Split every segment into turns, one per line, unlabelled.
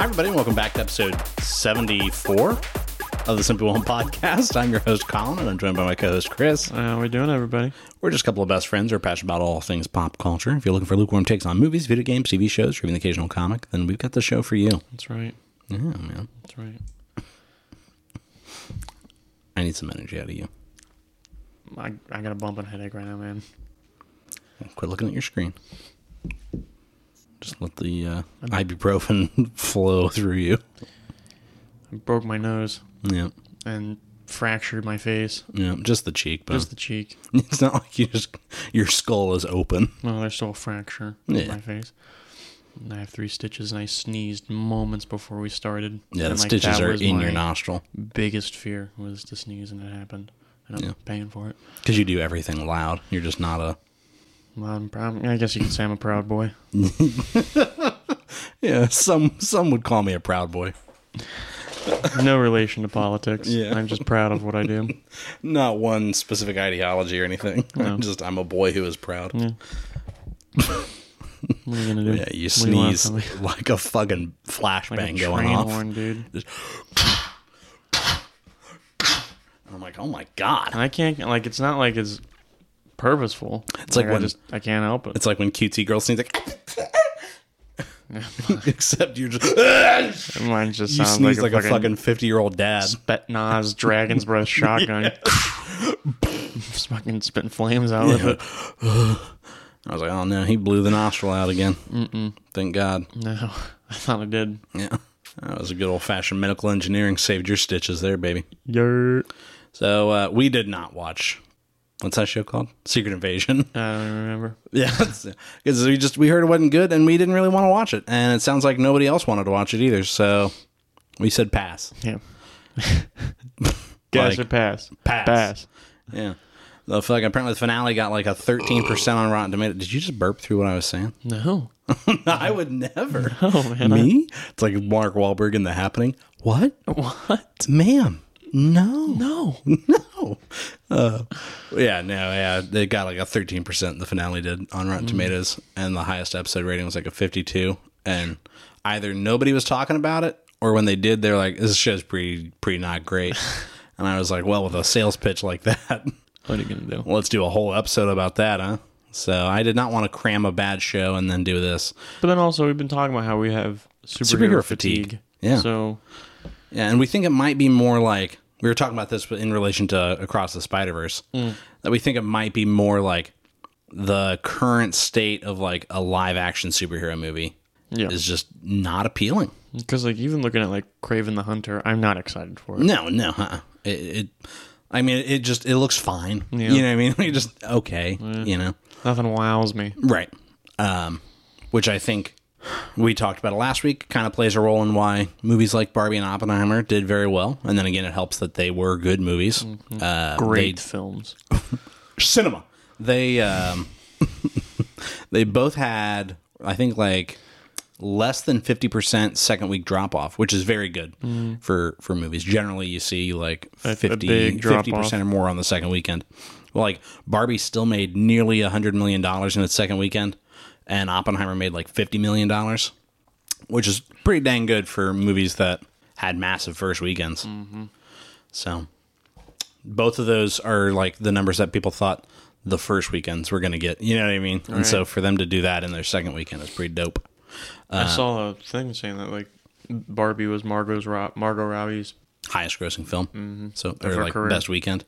everybody, and welcome back to episode 74 of the Simple One Podcast. I'm your host, Colin, and I'm joined by my co host, Chris.
How we doing, everybody?
We're just a couple of best friends who are passionate about all things pop culture. If you're looking for lukewarm takes on movies, video games, TV shows, or even the occasional comic, then we've got the show for you.
That's right.
Yeah, man.
That's right.
I need some energy out of you.
I, I got a bumping headache right now, man.
Quit looking at your screen. Just let the uh, ibuprofen flow through you.
I broke my nose
Yeah,
and fractured my face,
yeah, just the cheekbone.
just the cheek.
It's not like you just your skull is open.
No, there's still a fracture
Yeah.
in my face. And I have three stitches, and I sneezed moments before we started.
Yeah,
and,
the
like,
stitches
that
are
was
in your
my
nostril
Biggest fear was to sneeze, and it happened, and I'm
Yeah.
paying for it.
because you do everything loud. You're just not a
Well, I'm proud. I guess you could say I'm a proud boy.
yeah. Some some would call me a proud boy.
No relation to politics.
Yeah.
I'm just proud of what I do.
Not one specific ideology or anything. I'm just I'm a boy who is proud.
Yeah. What are you gonna do?
Yeah, you
What do want
sneeze
from me?
like a fucking flashbang
like a
going
train
off.
horn, dude.
I'm like, oh my god.
And I can't like it's not like it's purposeful. It's
like
I
when-
just I can't help it.
It's like when QT girl sings like, except you're just
Mine just
you
sounds
sneeze
like, a fucking,
fifty year old dad.
spet Nas Dragon's Breath shotgun. just fucking spitting flames out with it.
I was like, oh no, he blew the nostril out again. Mm-mm. Thank God.
No, I thought I did.
Yeah. That was a good old fashioned medical engineering. Saved your stitches there, baby.
Yer.
So uh, we did not watch. What's that show called? Secret Invasion.
I don't even remember.
yeah, because we just we heard it wasn't good, and we didn't really want to watch it, and it sounds like nobody else wanted to watch it either. So we said pass.
Yeah.
Like,
Guess or pass.
pass.
Pass.
Yeah. The fuck. Apparently, the finale got like a thirteen percent on Rotten Tomatoes. Did you just burp through what I was saying?
No.
I would never.
Oh man. I-
Me? It's like Mark Wahlberg in The Happening. What?
what?
Ma'am. No.
No.
No. Uh, yeah, no, yeah. They got like a 13%, the finale did on Rotten Tomatoes, and the highest episode rating was like a 52. And either nobody was talking about it, or when they did, they're like, this show's pretty, pretty not great. and I was like, well, with a sales pitch like that,
What are you gonna do?
let's do a whole episode about that, huh? So I did not want to cram a bad show and then do this.
But then also we've been talking about how we have superhero,
Superhero
fatigue.
fatigue. Yeah.
So
Yeah, and we think it might be more like we were talking about this in relation to Across the Spider Verse. That we think it might be more like the current state of like a live action superhero movie
yeah.
is just not appealing.
Because like even looking at like Craven the Hunter, I'm not excited for it.
No, no, uh-uh. it, it. I mean, it just it looks fine.
Yeah.
You know what I mean? Like, just okay. You know,
Nothing wows me.
right? Um, which I think we talked about it last week. Kind of plays a role in why movies like Barbie and Oppenheimer did very well. And then again, it helps that they were good movies.
Mm.
Uh,
Great films.
cinema. They um, they both had I think like less than 50% second week drop off, which is very good for for movies. Generally you see like
Mm. a
50
big drop
50% or more on the second weekend. Well, like Barbie still made nearly 100 million dollars in its second weekend and Oppenheimer made like 50 million dollars, which is pretty dang good for movies that had massive first weekends.
Mm.
So both of those are like the numbers that people thought the first weekends were going to get. You know what I mean? And so for them to do that in their second weekend is pretty dope.
I saw a thing saying that like Barbie was Margot's Ro- Margot Robbie's.
Highest grossing film. So or
Mm-hmm. her
like
career.
best weekend.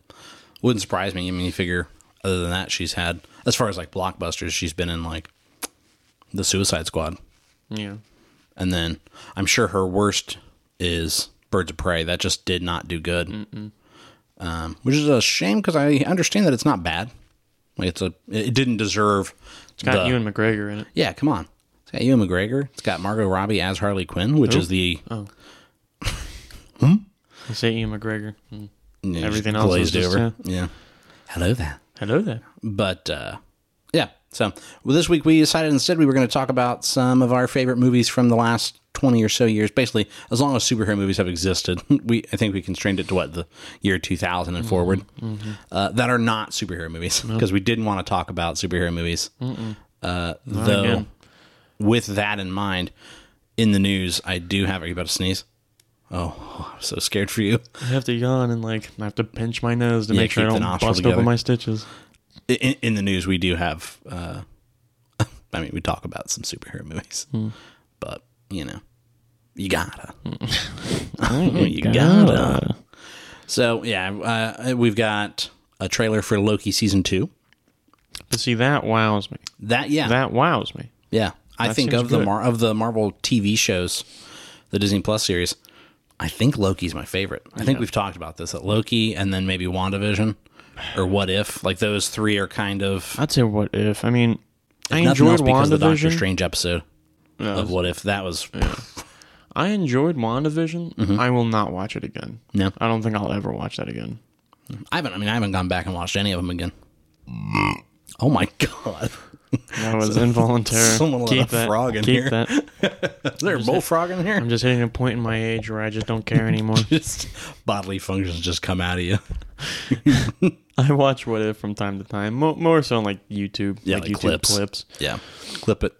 Wouldn't surprise me. I mean, you figure other than that, she's had as far as like blockbusters, she's been in like the Suicide Squad,
Yeah.
and then I'm sure her worst is Birds of Prey. That just did not do good. Um, which is a shame because I understand that it's not bad. Like it's a, it didn't deserve. It's
Got Ewan McGregor in it.
Yeah, come on. It's got Ewan McGregor. It's got Margot Robbie as Harley Quinn, which is the
Oh, I say Ewan McGregor. Mm.
you know, just
Everything else is
glazed
just,
over. Yeah. Hello there.
Hello there.
But uh, yeah, so well, this week we decided instead we were going to talk about some of our favorite movies from the last twenty or so years. Basically, as long as superhero movies have existed, we I think we constrained it to what the year two thousand and forward uh, that are not superhero movies because we didn't want to talk about superhero movies. Uh, though,
again.
with that in mind, in the news, I do have. Are you about to sneeze? Oh, I'm so scared for you.
I have to yawn and like I have to pinch my nose to
Yeah,
make sure
keep
I
the
don't
nostril
bust
together.
open my stitches.
in, in the news, we do have. Uh, I mean, we talk about some superhero movies,
Hmm.
but you know, you gotta, you gotta. So yeah, uh, we've got a trailer for Loki season two.
But see, that wows me.
That yeah,
That wows me.
yeah. I think
seems
of the
good.
Mar- of the Marvel TV shows, the Disney Plus series. I think Loki's my favorite. I think we've talked about this that Loki and then maybe WandaVision or What If. Like those three are kind of
I'd say what if. I mean, I
nothing
enjoyed
else because of the Doctor
WandaVision.
Strange episode of What If. That was
I enjoyed WandaVision. I will not watch it again.
Mm-hmm. No.
I don't think I'll ever watch that again.
I haven't. I mean, I haven't gone back and watched any of them again. Oh my god,
That was involuntary.
someone let a frog in
keep
here.
that.
is there a bullfrog in here?
I'm just hitting a point in my age where I just don't care anymore.
Just bodily functions just come out of you.
I watch What If from time to time, mo- more so on like YouTube,
Yeah, like
YouTube
clips.
clips.
Yeah, clip it.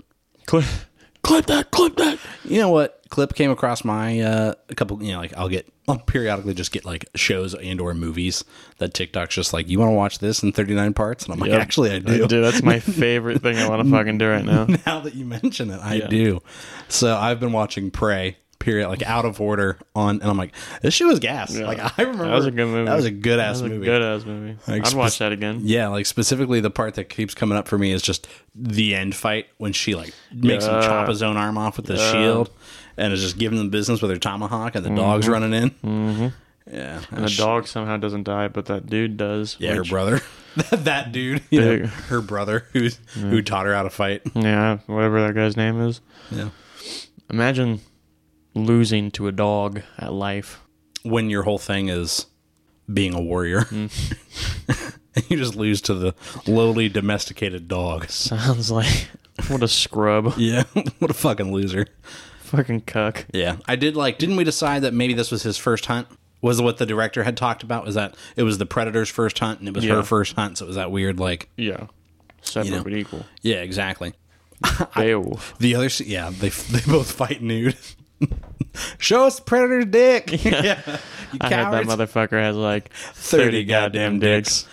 Clip, clip that, clip that.
You know what? Clip came across my uh, a couple. You know, like I'll get. I'll periodically just get like shows and or movies that TikTok's just like, you want to watch this in thirty nine parts, and I'm like,
Yep.
actually, I do.
Dude, that's my favorite thing I want to fucking do right now.
now that you mention it, I do. So I've been watching Prey period like out of order on and I'm like this shit was gas like I remember
That was a good movie.
that was a good ass
That was a
movie
Good ass movie.
Like,
I'd watch
spec-
that again.
Yeah, like specifically the part that keeps coming up for me is just the end fight when she like makes him
Yeah.
chop his own arm off with the shield and is just giving them business with her tomahawk and the dog's running in. Mm-hmm. Yeah,
And the dog somehow doesn't die, but that dude does.
yeah, her
which-
brother, that, that dude, you know,
Big.
her brother who's who taught her how to fight.
yeah, whatever that guy's name is.
Yeah,
Imagine losing to a dog at life.
when your whole thing is being a warrior, you just lose to the lowly domesticated dog.
Sounds like what a scrub,
Yeah, what a fucking loser.
fucking cuck.
Yeah, I did like. Didn't we decide that maybe this was his first hunt? Was what the director had talked about? Was that it was the predator's first hunt and it was
Yeah.
her first hunt? So it was that weird, like,
Yeah, separate but equal.
yeah, exactly.
Beowulf.
The other, se- yeah, they they both fight nude. Show us the predator's dick. Yeah, you
I heard that
cowards.
motherfucker has like
30 goddamn
30, goddamn dicks.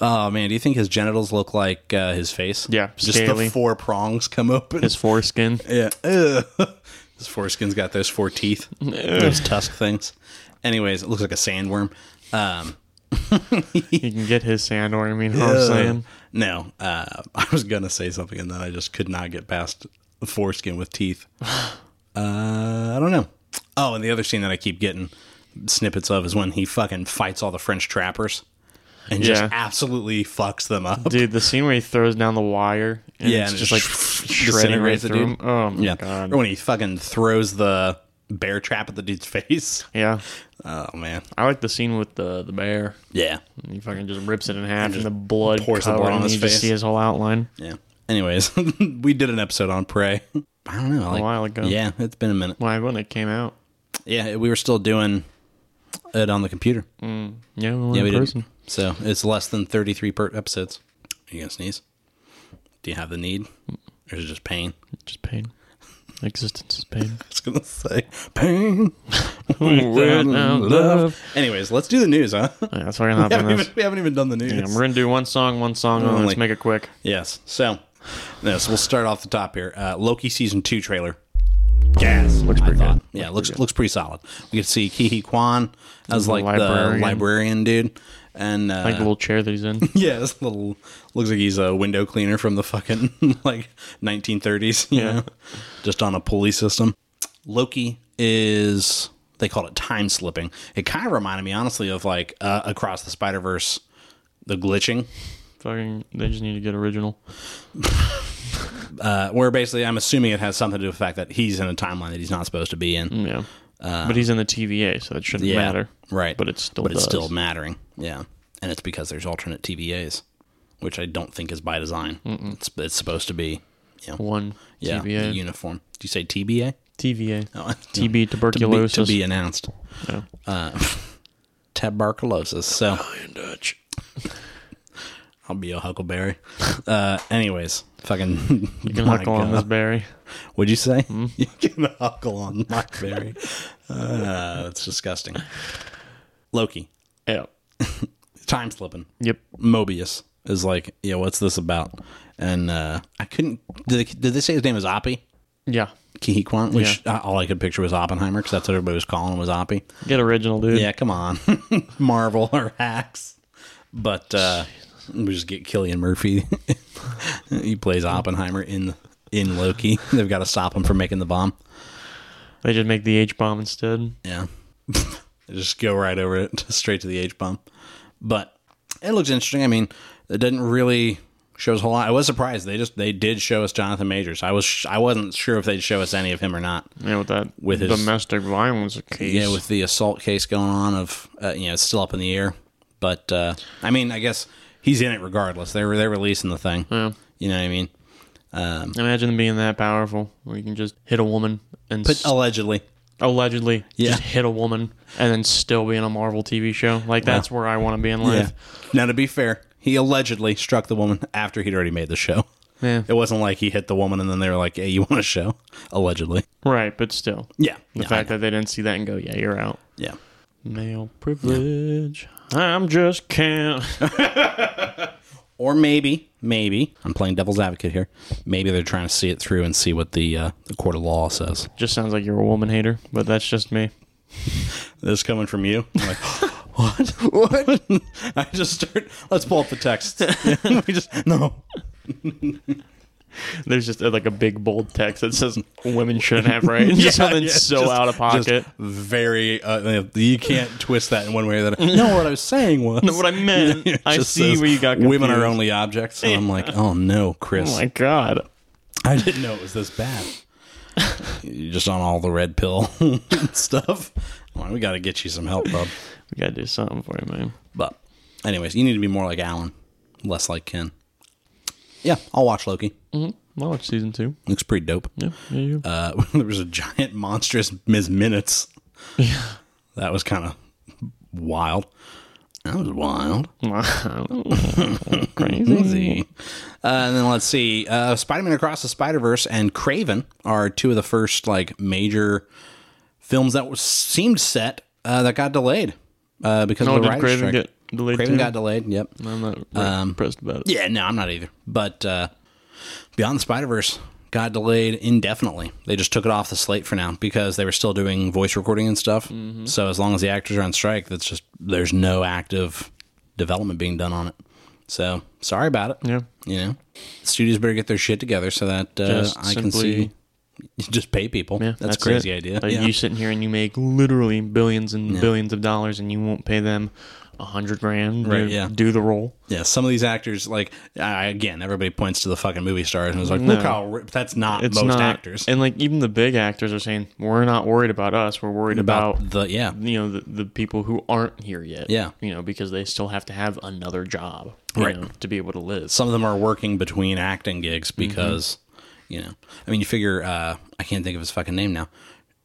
Oh man, do you think his genitals look like uh, his face?
Yeah,
just the
scaly.
four prongs come open.
His foreskin.
Yeah. Ugh. His foreskin's got those four teeth, those tusk things. Anyways, it looks like a sandworm. Um,
You can get his sandworm. I mean, you know what I'm saying?
Uh, no, uh, I was gonna say something and then I just could not get past the foreskin with teeth. Uh, I don't know. Oh, and the other scene that I keep getting snippets of is when he fucking fights all the French trappers and just
Yeah.
absolutely fucks them up.
Dude, the scene where he throws down the wire and
Yeah,
it's
and it
just like
sh-
shredding right
disintegrates the
through him.
dude.
Oh my
yeah,
god.
or when he fucking throws the bear trap at the dude's face.
Yeah.
Oh man,
I like the scene with the the bear.
yeah.
He fucking just rips it in half and the blood
pours
pours
the
covered,
blood on
and
his
you
face.
just see his whole outline.
Yeah. Anyways, we did an episode on Prey. I don't know. Like,
while ago.
Yeah, it's been a minute.
Why when it came out?
Yeah, we were still doing it on the computer.
Yeah, we were
yeah, we
in
did.
person.
So it's less than 33 per episodes. Are you going to sneeze? Do you have the need? Or is it just pain?
Just pain. Existence is pain.
I was going to say pain.
Without love.
Anyways, let's do the news, huh?
Yeah, that's fucking hop
We
in
haven't,
this.
even, we haven't even done the news.
Yeah, we're gonna do one song, one song, and
Only.
let's make it quick.
Yes. So, yes, we'll start off the top here. Uh, Loki season two trailer. Gas. Looks
pretty good.
Yeah, looks looks pretty solid. We could see Kihi Kwan as like
librarian.
the librarian dude, and uh,
Like the little chair that he's in.
yeah, this little looks like he's a window cleaner from the fucking like 1930s. You
Yeah.
know, just on a pulley system. Loki is they call it time slipping. It kind of reminded me, honestly, of like uh, across the Spider Verse, the glitching.
fucking, they just need to get original.
uh, where basically I'm assuming it has something to do with the fact that he's in a timeline that he's not supposed to be in.
Mm, Yeah. but he's in the TVA, so it shouldn't
Uh, Yeah,
matter.
right.
But it still
But it's
does.
still mattering, yeah. And it's because there's alternate TVAs, which I don't think is by design. It's it's supposed to be, you know,
one
yeah,
TVA.
uniform. Do you say TBA?
TVA.
No,
TB
to be, to
tuberculosis.
be announced. Uh,
No.
Tuberculosis. So I'll be a huckleberry. Uh, anyways, Fucking.
You can
my
huckle on
God.
this Hmm? berry.
Would you say you can huckle on blackberry? uh, that's disgusting. Loki,
Yep.
time slipping.
Yep.
Mobius is like, yeah, what's this about? And uh, I couldn't. Did they, did they say his name was Oppie?
Yeah.
Kihiquan, which uh, all I could picture was Oppenheimer because that's what everybody was calling him was Oppie.
Get original, dude.
Yeah, come on, Marvel or hacks. But uh, we just get Killian Murphy. he plays Oppenheimer in in Loki. They've got to stop him from making the bomb.
They just make the H bomb instead.
Yeah. Just go right over it straight to the H bomb. But it looks interesting. I mean, it didn't really show us a whole lot. I was surprised. They just they did show us Jonathan Majors. I was I wasn't sure if they'd show us any of him or not.
Yeah, with that
With his-
domestic violence case.
Yeah, with the assault case going on of uh, you know, it's still up in the air. But uh I mean, I guess he's in it regardless. They're they're releasing the thing.
Yeah.
You know what I mean?
Imagine them being that powerful where you can just hit a woman and
But
s-
allegedly.
allegedly
Yeah.
just hit a woman and then still be in a Marvel TV show. Like that's where I want to be in life.
Now to be fair, he allegedly struck the woman after he'd already made the show.
Yeah.
It wasn't like he hit the woman and then they were like, "Hey, you want a show?" Allegedly.
Right, but still.
Yeah.
The fact that they didn't see that and go, yeah, you're out.
yeah.
Male privilege. I'm just can't.
Or maybe, maybe I'm playing devil's advocate here. Maybe they're trying to see it through and see what the uh, the court of law says.
just sounds like you're a woman hater, but that's just me.
This coming from you? I'm like, what? What? I just start. Let's pull up the text. we just no.
There's just uh, like a big bold text that says women shouldn't have rights. just something
yeah,
so
just-
out of pocket.
Just very. Uh, you can't twist that in one way or the other. No, what I was saying was.
Know what I meant.
It
I
just
see
says,
where you got confused.
women are only objects. And I'm like, oh no, Chris.
Oh my god.
I didn't know it was this bad. You're just on all the red pill stuff. Well, we got to get you some help, bub.
We gotta do something for you, man.
But, anyways, you need to be more like Alan, less like Ken. Yeah, I'll watch Loki.
I'll watch season two.
Looks pretty dope.
Yeah, yeah, you.
Uh, there was a giant, monstrous Ms. Minutes. That was kind of wild. That was wild.
Crazy.
Easy. Uh, and then let's see. Uh, Spider Man Across the Spider Verse and Craven are two of the first like major films that was, seemed set uh, that got delayed uh, because
Oh,
of the
did
writer's
Craven
strike.
get delayed
Craven
too?
got delayed. Yep.
I'm not really impressed about it.
Yeah. No, I'm not either. But uh, Beyond the Spider Verse got delayed indefinitely. They just took it off the slate for now because they were still doing voice recording and stuff.
Mm-hmm.
So as long as the actors are on strike, that's just there's no active development being done on it. So sorry about it.
Yeah.
You know, studios better get their shit together so that uh,
Just
I can see.
simply-
Just pay people.
Yeah,
that's, a crazy
it.
idea.
Like
yeah.
you sitting here and you make literally billions and billions of dollars, and you won't pay them a hundred grand.
Right,
to
yeah.
Do the role.
yeah, some of these actors, like I, again, everybody points to the fucking movie stars and is like, look how ri-" that's not
It's
most
not
actors
and like even the big actors are saying we're not worried about us. We're worried about,
about the yeah
you know the, the people who aren't here yet.
Yeah.
You know because they still have to have another job. you
Right.
know, to be able to live.
some of them are working between acting gigs because you know i mean you figure uh i can't think of his fucking name now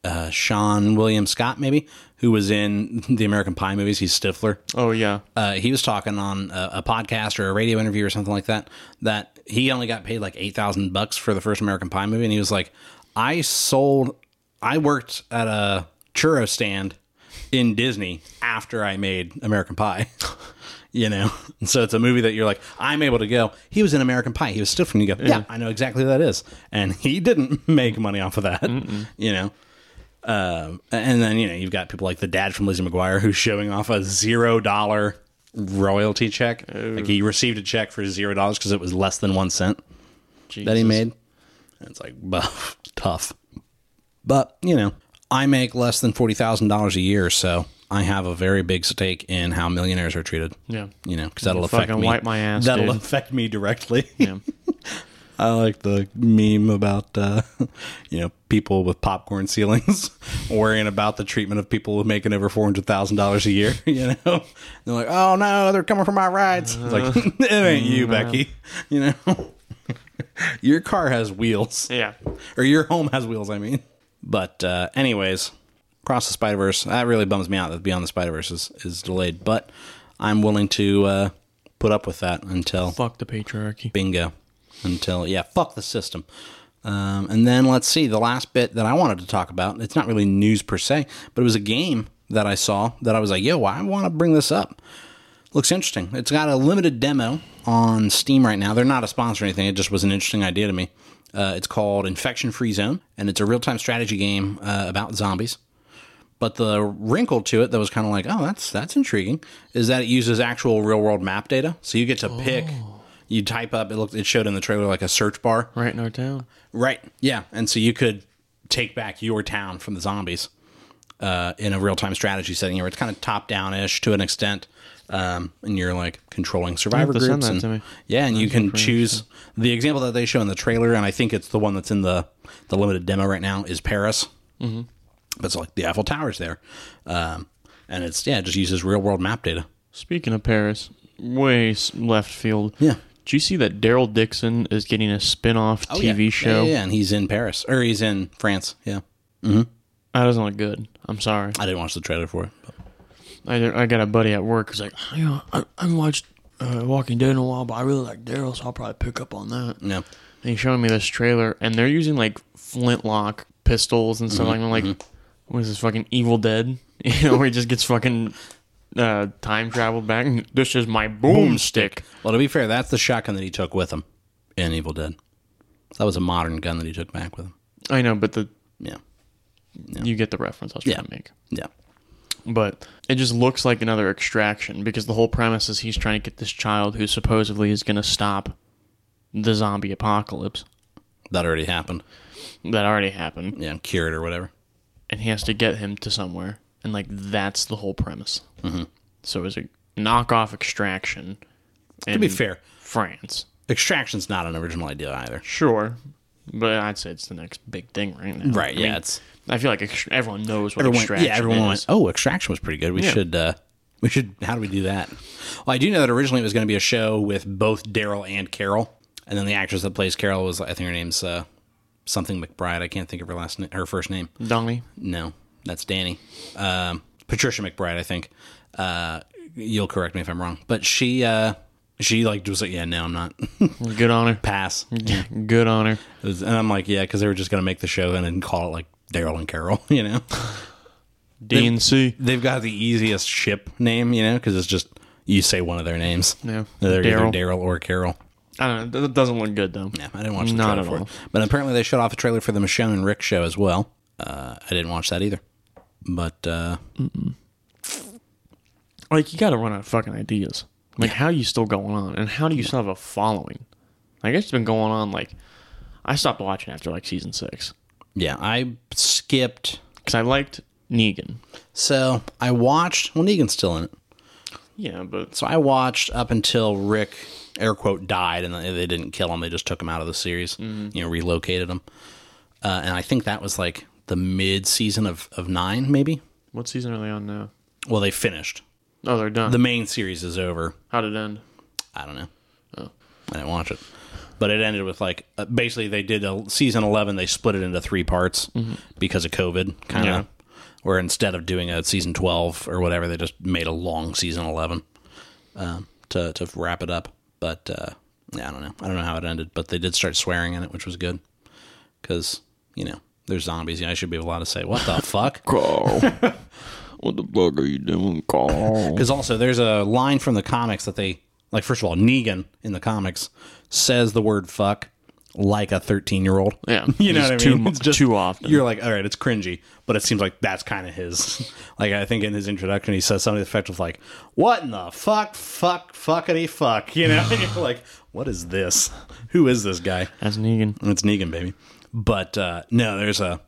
uh sean william scott maybe who was in the american pie movies he's stifler
oh yeah.
uh, he was talking on a, a podcast or a radio interview or something like that that he only got paid like 8000 bucks for the first american pie movie and he was like i sold i worked at a churro stand in disney after i made american pie you know and so it's a movie that you're like i'm able to go he was in american pie he was still from you go yeah, i know exactly who that is and he didn't make money off of that you know um, and then you know you've got people like the dad from Lizzie McGuire who's showing off a zero dollar royalty check. Like he received a check for zero dollars because it was less than one cent that he
Jesus.
made. And it's like buff, tough, but you know I make less than forty thousand dollars a year, so I have a very big stake in how millionaires are treated.
Yeah.
You know, because that'll affect
fucking
me.
wipe my ass,
That'll
dude.
affect me directly.
Yeah.
I like the meme about uh, you know people with popcorn ceilings worrying about the treatment of people making over four hundred thousand dollars a year. You know, they're like, "Oh no, they're coming for my rides." It's like it ain't you,
Uh-huh.
Becky. You know, your car has wheels,
Yeah.
or your home has wheels. I mean, but uh, anyways, Cross the Spider Verse. That really bums me out that Beyond the Spider Verse is, is delayed, but I'm willing to uh, put up with that until
Fuck the patriarchy.
bingo. until yeah, fuck the system. Um, and then let's see the last bit that I wanted to talk about. It's not really news per se, but it was a game that I saw that I was like, yo, I want to bring this up. Looks interesting. It's got a limited demo on Steam right now. They're not a sponsor or anything. It just was an interesting idea to me. Uh, it's called Infection Free Zone, and it's a real time strategy game uh, about zombies. But the wrinkle to it that was kind of like, oh, that's that's intriguing, is that it uses actual real world map data. So you get to pick. You type up. It looked. It showed in the trailer like a search bar.
Right in our town.
Right. Yeah. And so you could take back your town from the zombies uh, in a real time strategy setting here. It's kind of top down ish to an extent. Um, and you're like controlling survivor
to
groups.
send that
and,
to me.
Yeah. And you can choose the example that they show in the trailer. And I think it's the one that's in the, the limited demo right now is Paris. Mm-hmm. But it's like the Eiffel Tower's there. Um, and it's, yeah, it just uses real world map data.
Speaking of Paris, way s- left field.
Yeah.
Do you see that Daryl Dixon is getting a spin off
Oh, yeah.
TV
Yeah,
show?
Yeah, yeah. And he's in Paris or he's in France. Yeah.
That doesn't look good. I'm sorry.
I didn't watch the trailer for it. but-
I, I got a buddy at work who's like, you know, I, I haven't watched uh, Walking Dead in a while, but I really like Daryl, so I'll probably pick up on that. And
no.
he's showing me this trailer, and they're using like flintlock pistols and stuff like that. I'm like,
Mm-hmm.
what is this fucking Evil Dead? You know, where he just gets fucking uh, time traveled back. and, This is my boomstick.
Well, to be fair, that's the shotgun that he took with him in Evil Dead. That was a modern gun that he took back with him.
I know, but the
Yeah.
you get the reference I was trying
Yeah.
to make.
Yeah.
but it just looks like another extraction because the whole premise is he's trying to get this child who supposedly is going to stop the zombie apocalypse
That already happened.
that already happened
Yeah. Cure it or whatever.
and he has to get him to somewhere and like that's the whole premise mm-hmm. so it's a knockoff extraction in
To be fair,
france
Extraction's not an original idea either.
sure but i'd say it's the next big thing right now
Right.
I
Yeah.
mean,
it's
i feel like ext- everyone knows what
everyone.
extraction
Yeah. Everyone
is.
went, oh, Extraction was pretty good. We
Yeah.
should, uh, we should, how do we do that? Well, I do know that originally it was going to be a show with both Daryl and Carol. And then the actress that plays Carol was, I think her name's, uh, something McBride. I can't think of her last, na- her first name.
donnie
No, that's Danny. Um, Patricia McBride, I think. Uh, you'll correct me if I'm wrong, but she uh, she like was like, yeah, no, I'm not.
good on her
Pass. It
good on her
was- and I'm like, yeah, because they were just gonna make the show and then call it like Daryl and Carol. You know,
dnc
they've got the easiest ship name, you know, because it's just you say one of their names.
Yeah.
they're
Daryl.
either Daryl or Carol.
i don't know it doesn't look good though
Yeah, I didn't watch the
Not
trailer
at
for
all.
it. But apparently they shut off a trailer for the Michonne and Rick show as well. Uh, I didn't watch that either. But uh,
like you got to run out of fucking ideas. Like how you still going on, and how do you still have a following? I guess it's been going on. Like I stopped watching after like season six
yeah, I skipped
because I liked Negan.
So I watched. Well, Negan's still in it.
Yeah, but
So I watched up until Rick, air quote, died, and they didn't kill him. They just took him out of the series. You know, relocated him. Uh, and I think that was like the mid season of of nine, maybe.
what season are they on now?
Well, they finished.
Oh, they're done.
The main series is over.
how did it end?
I don't know. I didn't watch it. But it ended with like uh, basically they did a season 11 they split it into three parts because of COVID kind of
Yeah.
where instead of doing a season 12 or whatever they just made a long season 11 um, to to wrap it up. But uh, yeah, I don't know. I don't know how it ended, but they did start swearing in it, which was good cuz you know, there's zombies. Yeah, I should be allowed to say what the fuck.
Carl, what the fuck are you doing, Carl?
Because also, there's a line from the comics that they like. First of all, Negan in the comics says the word "fuck" like a 13 year old.
Yeah,
you know what
it's
I mean.
too mu-
It's just-
too often.
You're like, all right, it's cringy, but it seems like that's kind of his. like I think in his introduction, he says something to the effect of like, "What in the fuck, fuck, fuckity fuck," you know? and you're like, what is this? Who is this guy?
As Negan,
And It's Negan, baby. But uh, no, there's a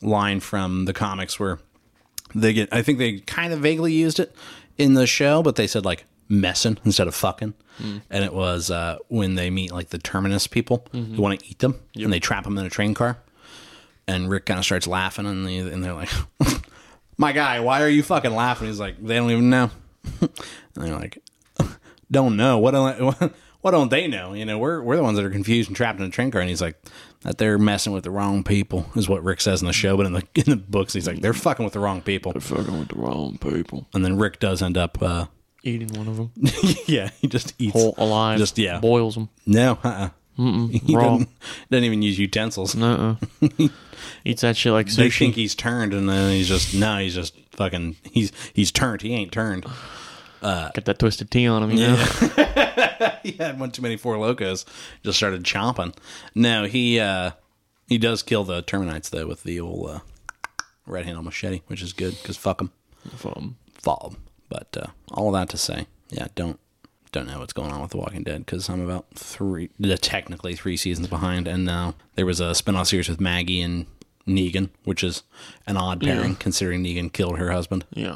line from the comics where they get. I think they kind of vaguely used it in the show, but they said like messin' instead of fucking, and it was uh, when they meet like the terminus people who want to eat them, and they trap them in a train car. And Rick kind of starts laughing, and, they, and they're like, "My guy, why are you fucking laughing?" He's like, "They don't even know." and they're like, don't know. What don't what don't they know? You know, we're we're the ones that are confused and trapped in a train car. And he's like, that they're messing with the wrong people is what Rick says in the show, but in the in the books he's like, they're fucking with the wrong people.
fucking with the wrong people.
And then Rick does end up, uh,
Eating one of them
yeah, he just eats
whole alive.
Just yeah,
boils them.
no, uh-uh. He
raw.
doesn't, doesn't even use utensils.
Uh uh Eats that shit like
They think
sushi.
he's turned, and then he's just no. He's just fucking. He's he's turned. He ain't turned.
Got that twisted tea on him, you know?
he had one too many four locos. Just started chomping. No, he uh he does kill the termites though with the old uh, red handle machete, which is good because fuck them,
From-
follow them. But uh, all of that to say, yeah, don't don't know what's going on with The Walking Dead because I'm about three, uh, technically three seasons behind, and now there was a spin-off series with Maggie and Negan, which is an odd pairing considering Negan killed her husband
Yeah.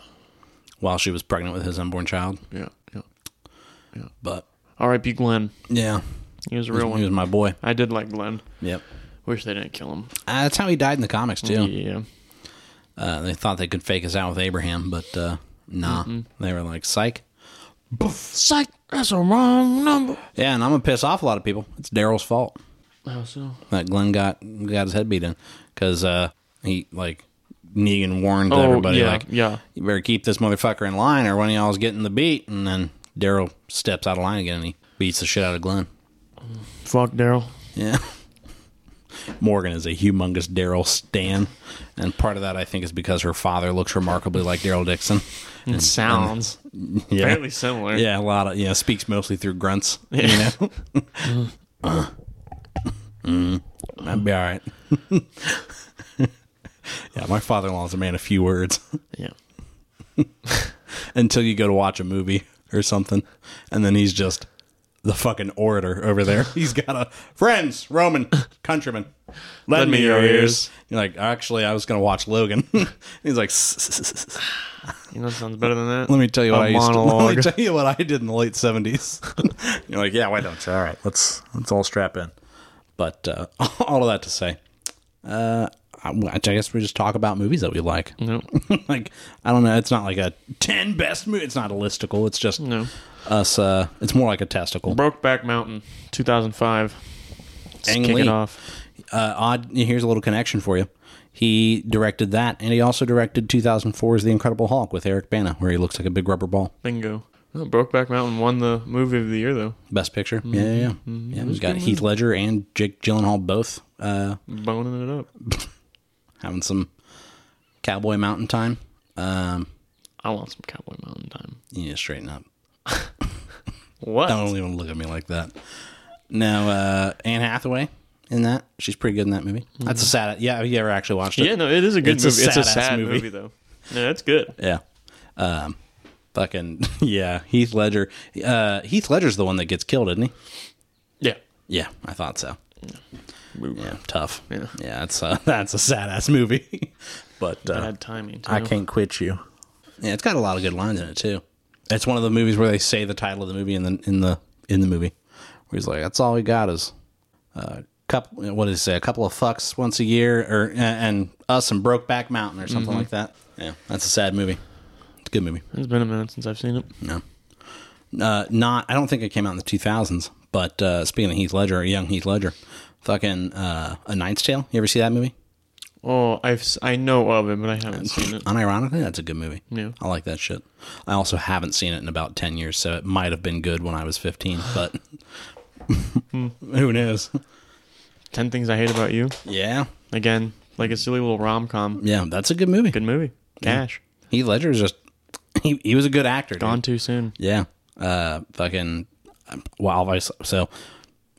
while she was pregnant with his unborn child.
Yeah. Yeah.
But
R.I.P. Glenn.
yeah,
He was a real
he
one.
was my boy.
I did like Glenn.
Yep.
Wish they didn't kill him.
Uh, that's how he died in the comics too.
Yeah.
Uh, they thought they could fake us out with Abraham, but uh, nah, they were like, "Psych."
Psych. That's a wrong number.
Yeah, and I'm gonna piss off a lot of people. It's Daryl's fault
How Oh, so?
that Glenn got got his head beat in because uh, he like Negan warned
Oh,
everybody
yeah,
like,
yeah.
you better keep this motherfucker in line, or one of y'all's getting the beat." And then Daryl steps out of line again and he beats the shit out of Glenn.
Fuck Daryl.
Yeah. Morgan is a humongous Daryl Stan, and part of that I think is because her father looks remarkably like Daryl Dixon.
It sounds
Yeah.
fairly similar.
Yeah, a lot of yeah. Speaks mostly through grunts. You know. mm, that'd be all right. yeah, my father-in-law is a man of few words.
Yeah.
Until you go to watch a movie or something, and then he's just the fucking orator over there. He's got a friends, Roman countrymen. Lend,
me your ears.
You're like, actually, I was gonna watch Logan. he's like, "S-s-s-s-s."
You know, sounds better than that.
Let me tell you
A
what I used to, Let me
monologue.
tell you what I did in the late seventies. You're like, yeah, why don't you? All right, let's let's all strap in. But uh, all of that to say, uh, I, I guess we just talk about movies that we like.
No.
like I don't know, it's not like a ten best movie. It's not a listicle. It's just
No.
us. Uh, it's more like a testicle.
Brokeback Mountain, 2005. Let's
Ang
kick
Lee.
it off.
Uh, odd. Here's a little connection for you. He directed that, and he also directed 2004's The Incredible Hulk with Eric Bana, where he looks like a big rubber ball.
Bingo. No, Brokeback Mountain won the movie of the year, though.
Best Picture.
Mm-hmm.
Yeah, yeah, yeah. yeah we've got Heath Ledger and Jake Gyllenhaal both uh,
Boning it up.
having some cowboy mountain time. Um,
I want some Cowboy Mountain time.
yeah, straighten up.
What?
Don't even look at me like that. No, uh, Anne Hathaway in that. She's pretty good in that movie. That's a sad. Yeah, have you ever actually watched it?
Mm-hmm. Yeah, no, it is a good
It's a
movie. it's a
sad-ass
sad
movie.
movie, though. No, that's good.
Yeah. Um, fucking yeah. Heath Ledger. Uh, Heath Ledger's the one that gets killed, isn't he?
Yeah.
Yeah, I thought so. Yeah, tough.
Yeah.
yeah. That's a, that's a sad ass movie. but uh,
Bad timing. Too.
I can't quit you. Yeah, it's got a lot of good lines in it too. It's one of the movies where they say the title of the movie in the in the in the movie. Where he's like, "That's all we got is a couple. What did he say? A couple of fucks once a year, or and us and Brokeback Mountain or something like that." Yeah, that's a sad movie. It's a good movie.
It's been a minute since I've seen it.
No, uh, not. I don't think it came out in the two thousands. But uh, speaking of Heath Ledger, young Heath Ledger, fucking uh, A Knight's Tale. You ever see that movie?
Oh, I've s- I know of it, but I haven't seen it.
Mm. Unironically, that's a good movie.
Yeah.
I like that shit. I also haven't seen it in about 10 years, so it might have been good when I was 15, but who knows?
Ten Things I Hate About You.
Yeah.
Again, like a silly little rom com.
Yeah, that's a good movie.
Good movie. Cash.
Heath Ledger is just, he, he was a good actor. dude.
Gone too soon.
Yeah. Uh, fucking, well, obviously, so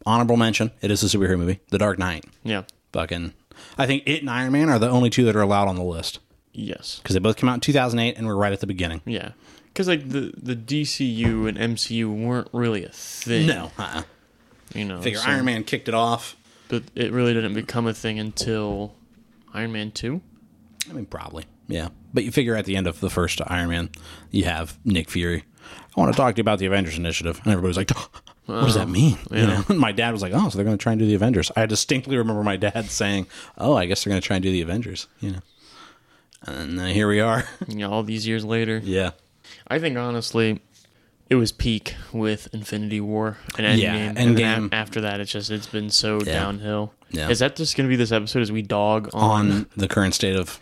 honorable mention, it is a superhero movie. The Dark Knight.
Yeah.
Fucking, I think it and Iron Man are the only two that are allowed on the list
Yes.
because they both came out in 2008 and were right at the beginning.
Yeah. Because like the the DCU and MCU weren't really a thing.
No. Uh-uh.
You know.
Figure
so-
Iron Man kicked it off.
But it really didn't become a thing until Iron Man Two.
I mean, probably. Yeah. But you figure at the end of the first Iron Man, you have Nick Fury. I want to talk to you about the Avengers Initiative. And everybody's like, what does
Oh,
that mean? You know? And my dad was like, oh, so they're going to try and do the Avengers. I distinctly remember my dad saying, oh, I guess they're going to try and do the Avengers. You know? And uh, here we are.
You know, all these years later.
yeah.
I think honestly, it was peak with Infinity War and Endgame.
Yeah,
and then
Endgame.
a- after that, it's just it's been so downhill.
Yeah.
Is that just gonna be this episode? Is we dog on,
On the current state of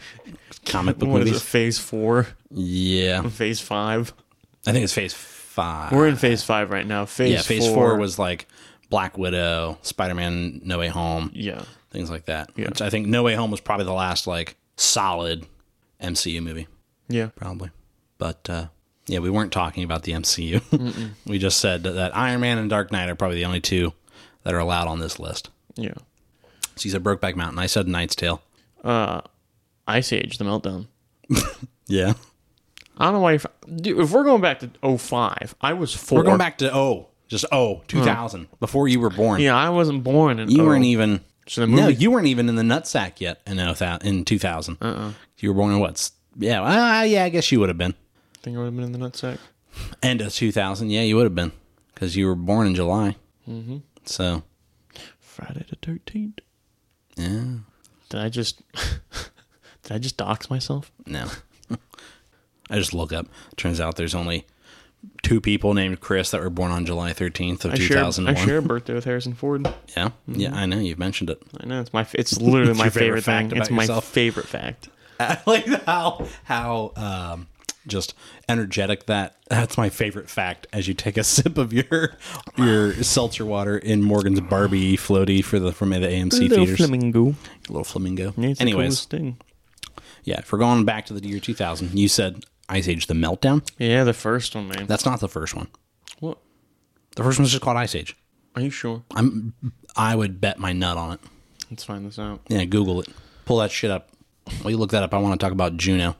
comic book
what is it?
movies.
Phase four,
Yeah.
phase five.
I think it's phase five. Uh,
We're in phase five right now. Phase
yeah, phase 4 was like Black Widow, Spider Man No Way Home,
Yeah.
things like that. Which I think No Way Home was probably the last like solid MCU movie,
Yeah.
probably. But uh, yeah, we weren't talking about the MCU. we just said that, that Iron Man and Dark Knight are probably the only two that are allowed on this list.
Yeah.
So you said Brokeback Mountain. I said Knight's Tale.
Ice Age, The Meltdown.
Yeah.
I don't know why. If, dude, if we're going back to 05, I was 4
We're going back to oh, just oh, 2000 before you were born.
Hmm. Yeah, I wasn't born in.
You E
0.
weren't even.
So the
No,
movie-
you weren't even in the nutsack yet in 2000. In 2000.
Uh-uh.
You were born in what? Yeah, well, uh, yeah, I guess you would have been.
think I would have been in the nutsack.
End of 2000. Yeah, you would have been because you were born in July. Mm-hmm. So,
Friday the thirteenth.
yeah,
Did I just? did I just dox myself?
no. I just look up. Turns out there's only two people named Chris that were born on July 13th of
I Mm-hmm. share. I
2001.
share a birthday with Harrison Ford.
Yeah, yeah, I know. You've mentioned it.
I know it's my. f- It's literally my
your favorite
favorite,
fact
thing. It's
about
my
yourself.
favorite fact.
I like how how um, just energetic that. That's my favorite fact. As you take a sip of your your seltzer water in Morgan's Barbie floaty for the from the AMC theaters,
flamingo.
little flamingo.
Yeah, it's the
Anyways,
coolest thing.
yeah, if we're going back to the year 2000, you said Ice Age: The Meltdown.
Yeah, the first one, man.
That's not the first one.
what?
The first one's just called Ice Age.
Are you sure?
I'm I would bet my nut on it.
Let's find this out.
Yeah, Google it. Pull that shit up. While you look that up, I want to talk about Juno.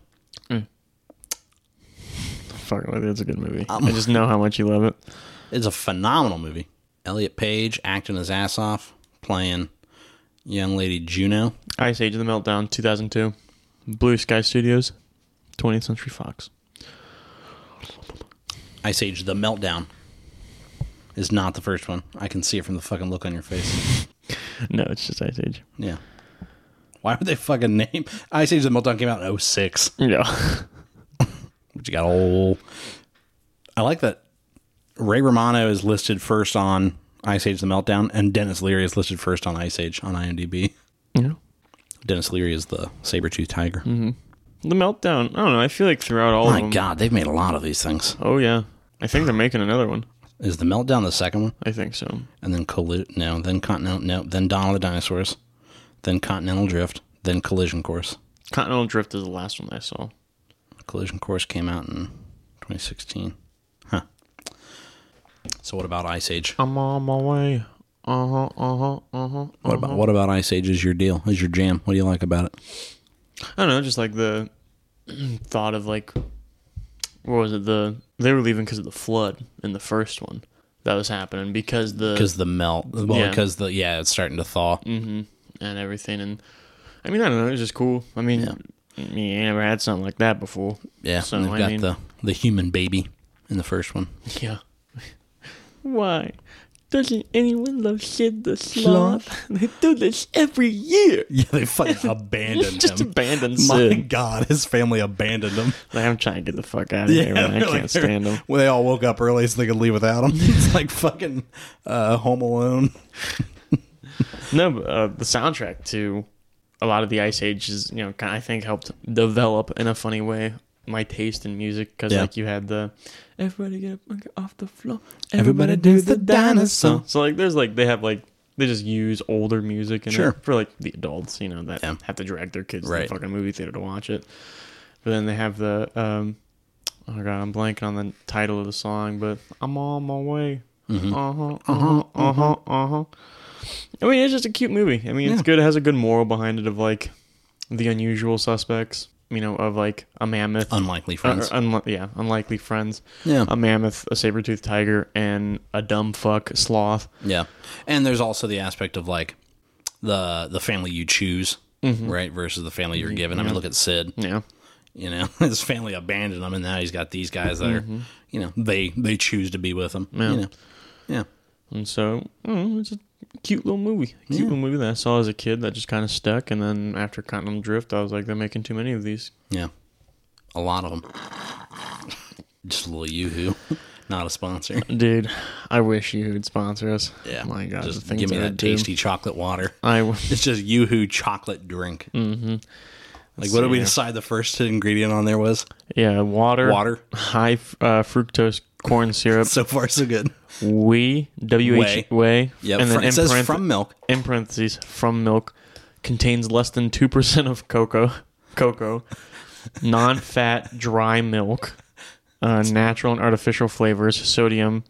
Fuck, it's a good movie. I just know how much you love it.
It's a phenomenal movie. Elliot Page acting his ass off, playing young lady Juno.
Ice Age of the Meltdown, 2002. Blue Sky Studios, 20th Century Fox.
Ice Age: The Meltdown is not the first one. I can see it from the fucking look on your face.
No, it's just Ice Age.
Yeah. Why would they fucking name Ice Age: The Meltdown came out in 06,
Yeah.
which got old. I like that Ray Romano is listed first on Ice Age: The Meltdown, and Dennis Leary is listed first on Ice Age on IMDb.
yeah.
Dennis Leary is the saber-toothed tiger.
The Meltdown. I don't know. I feel like throughout all
My
of them.
God, they've made a lot of these things.
Oh, yeah. I think they're making another one.
Is the meltdown the second one?
I think so.
and then colli- no, then continental no, then Dawn of the Dinosaurs, then Continental Drift, then Collision Course.
Continental Drift is the last one I saw.
Collision Course came out in 2016. Huh. So what about Ice Age?
I'm on my way. Uh huh, uh huh, uh huh.
What about what about Ice Age is your deal? Is your jam? What do you like about it?
I don't know, just like the thought of like, what was it? The they were leaving because of the flood in the first one that was happening because the
Because the melt, well,
Yeah.
because the yeah, it's starting to thaw.
Mm-hmm, and everything and I mean I don't know, it was just cool. I mean,
Yeah.
I mean, I never had something like that before.
Yeah,
so
and they've
I
got
mean,
the the human baby in the first one.
yeah. Why doesn't anyone love Sid the Sloth? they do this every year.
Yeah, they fucking abandoned
just abandon
My
Sid.
God, his family abandoned him.
Like, I'm trying to get the fuck out of here. Man. I
they're
can't
like- they're-
stand him.
When they all woke up early so they could leave without him. it's like fucking uh, Home Alone.
No, but, uh, the soundtrack to a lot of the Ice Ages, you know, kind I think helped develop in a funny way my taste in music because
Yeah.
like you had the everybody get up and get off the floor,
Everybody do the dinosaur.
So like, there's like they have like they just use older music and
Sure.
for like the adults, you know, that
Yeah.
have to drag their kids
Right.
to the fucking movie theater to watch it. But then they have the um, oh god, I'm blanking on the title of the song, but I'm on my way.
Mm-hmm.
Uh huh. Uh huh. Uh huh. Uh huh. I mean, it's just a cute movie. I mean, it's
Yeah.
good. It has a good moral behind it of like the unusual suspects, you know, of like a mammoth,
Unlikely
uh,
friends.
or unli- yeah, unlikely friends,
yeah.
a mammoth, a saber toothed tiger, and a dumb fuck sloth.
yeah. And there's also the aspect of like the the family you choose, right, versus the family you're given. I mean, look at Sid.
Mm-hmm. Yeah,
You know, his family abandoned him, and now he's got these guys that are, you know, they they choose to be with him. You know? Mm-hmm. Yeah.
and so I don't know, it's a cute little movie, cute little movie that I saw as a kid that just kind of stuck. And then after Continental Drift, I was like, they're making too many of these.
Yeah. A lot of them. Just a little yoo-hoo. Not a sponsor.
Dude, I wish you would sponsor us.
Yeah.
my god,
Just
the
give
things
me
I
that
would do.
tasty chocolate water.
I w-
It's just yoo-hoo chocolate drink. Mm-hmm. Like, what did we decide the first ingredient on there was?
yeah, water,
Water.
high uh, fructose corn syrup.
So far, so good.
We W H
Whey.
way.
Yeah, fr- it says from milk.
in parentheses from milk contains less than 2% of cocoa cocoa non-fat dry milk uh, natural and artificial flavors sodium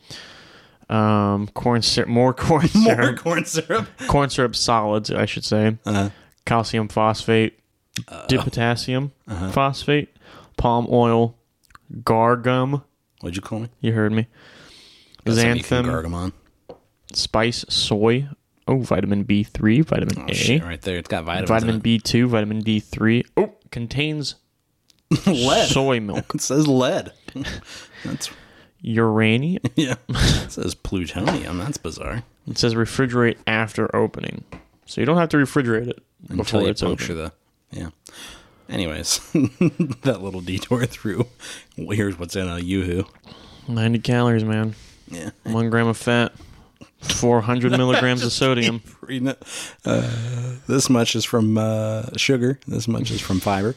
um, corn syrup more corn
More
syrup
corn syrup.
corn syrup solids i should say
Uh,
calcium phosphate dipotassium
uh-huh.
phosphate palm oil gargum
what'd you call me?
you heard me
That's something you can
Xanthan.
gargle on.
spice soy oh vitamin b3 vitamin
Oh,
a
shit, right there. It's got vitamins.
vitamin
in it.
B2, vitamin D3. Oh, contains
lead.
soy milk,
It says lead. That's
uranium.
yeah. It says plutonium. That's bizarre.
It says refrigerate after opening. So you don't have to refrigerate it
Until
before
you
it's
puncture
open.
the yeah. Anyways, that little detour through. well, Here's what's in a yoo-hoo.
90 calories, man.
Yeah.
One gram of fat, 400 milligrams of sodium.
Reading it. Uh, this much is from uh, sugar. This much is from fiber.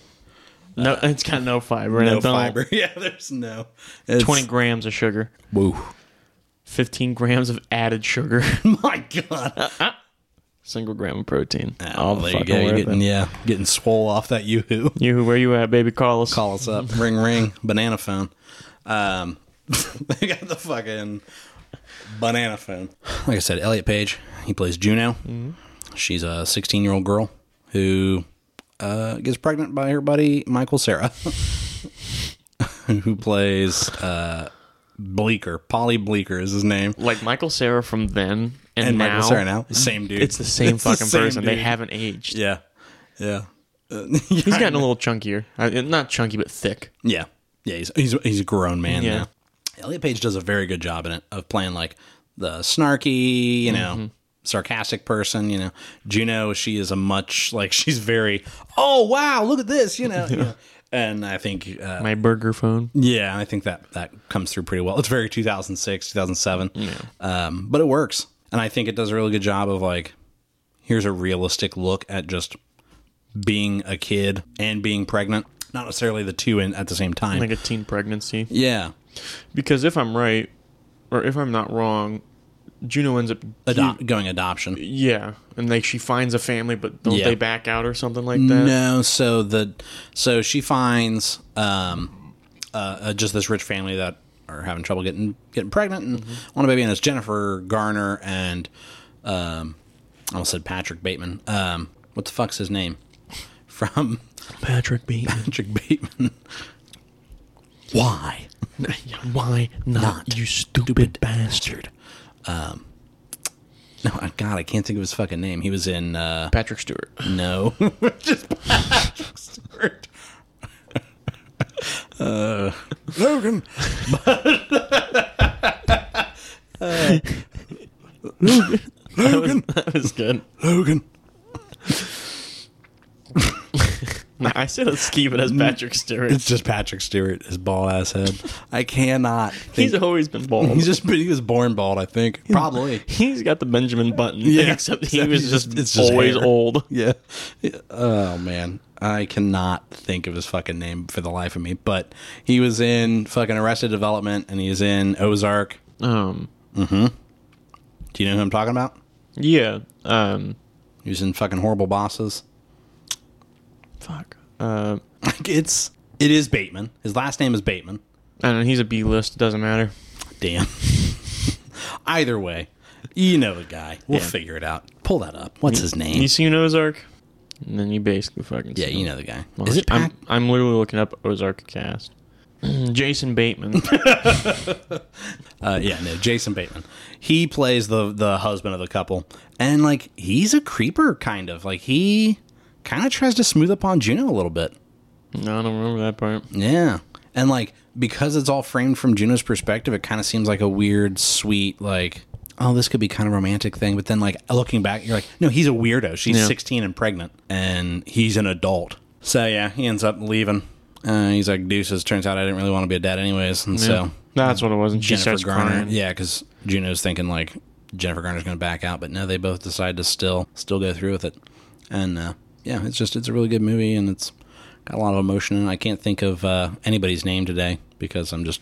No, it's got no fiber. in
Uh, No
it, don't.
fiber. Yeah, there's no. It's,
20 grams of sugar,
Woo.
15 grams of added sugar,
My God.
single gram of protein.
Oh, there you go. You're getting, yeah, getting swole off that yoo-hoo.
You, where you at, baby? Call us.
call us
Mm-hmm.
up. ring ring, banana phone. Um, they got the fucking banana phone. Like I said, Elliot Page, he plays Juno.
Mm-hmm.
She's a 16 year old girl who uh, gets pregnant by her buddy Michael Sarah, who plays uh, Bleeker. Polly Bleeker is his name.
Like Michael Sarah from then and,
And
now.
Michael Sarah now, same dude.
It's the same
It's the
fucking
same
person. They
dude.
haven't aged.
Yeah, yeah. Uh,
He's gotten a little chunkier. Uh, not chunky, but thick.
Yeah, yeah. He's he's he's a grown man
Yeah.
now. Elliot Page does a very good job in it of playing like the snarky, you know, sarcastic person. You know, Juno. She is a much like she's very. Oh wow, look at this. You know, you know. and I think uh,
My burger phone.
yeah, I think that that comes through pretty well. It's very 2006, 2007. Um, but it works. And I think it does a really good job of like here's a realistic look at just being a kid and being pregnant, not necessarily the two in at the same time.
Like a teen pregnancy.
yeah.
Because if I'm right, or if I'm not wrong, Juno ends up.
Adop- going adoption.
yeah. And like she finds a family, but don't
Yeah.
they back out or something like that?
No, so the so she finds um uh, uh, just this rich family that are having trouble getting getting pregnant and want a baby and it's Jennifer Garner and um I almost said Patrick Bateman. Um what the fuck's his name? From
Patrick Bateman.
Patrick Bateman. Why?
Why not, you stupid, bastard?
No, I- God, I can't think of his fucking name. He was in uh
Patrick Stewart.
No. Just Patrick Stewart. uh, Logan. Logan.
That was good.
Logan.
Nah, I said let's keep it as Patrick Stewart.
Mm. It's just Patrick Stewart, his bald ass head. I cannot. Think.
He's
He's,
always been bald.
just been, he was born bald, I think. Probably.
He's got the Benjamin Button,
Yeah,
except he
except
was
he's
just,
just- it's just
always
hair.
old.
Yeah. Yeah. Oh man, I cannot think of his fucking name for the life of me. But he was in fucking Arrested Development, and he was in Ozark.
Um,
Do you know who I'm talking about?
yeah. Um,
He was in fucking horrible bosses.
fuck. Uh,
Like it's it is Bateman. His last name is Bateman.
I don't know. He's a B list. Doesn't matter.
Damn. Either way, you know the guy. We'll
Yeah.
figure it out. Pull that up. What's his name?
You seen Ozark? And then you basically fucking.
yeah,
see
you
him.
know the guy.
Well,
is it
I'm,
Pat?
I'm literally looking up Ozark cast. Jason Bateman.
Uh, yeah, no, Jason Bateman. He plays the the husband of the couple, and like he's a creeper kind of. Like he kind of tries to smooth up on Juno a little bit.
no, I don't remember that part.
Yeah. And like because it's all framed from Juno's perspective, it kind of seems like a weird, sweet, like, oh, this could be kind of romantic thing. But then like looking back, you're like, no, he's a weirdo. She's
Yeah.
16 and pregnant, and he's an adult. So yeah, he ends up leaving. Uh, he's like, deuces. Turns out I didn't really want to be a dad anyways, and so
That's what it was. And she
Jennifer
starts
Garner,
crying.
yeah, because Juno's thinking like Jennifer Garner's going to back out, but no, they both decide to still still go through with it, and uh, yeah, it's just it's a really good movie and it's got a lot of emotion. in it. I can't think of uh, anybody's name today because I'm just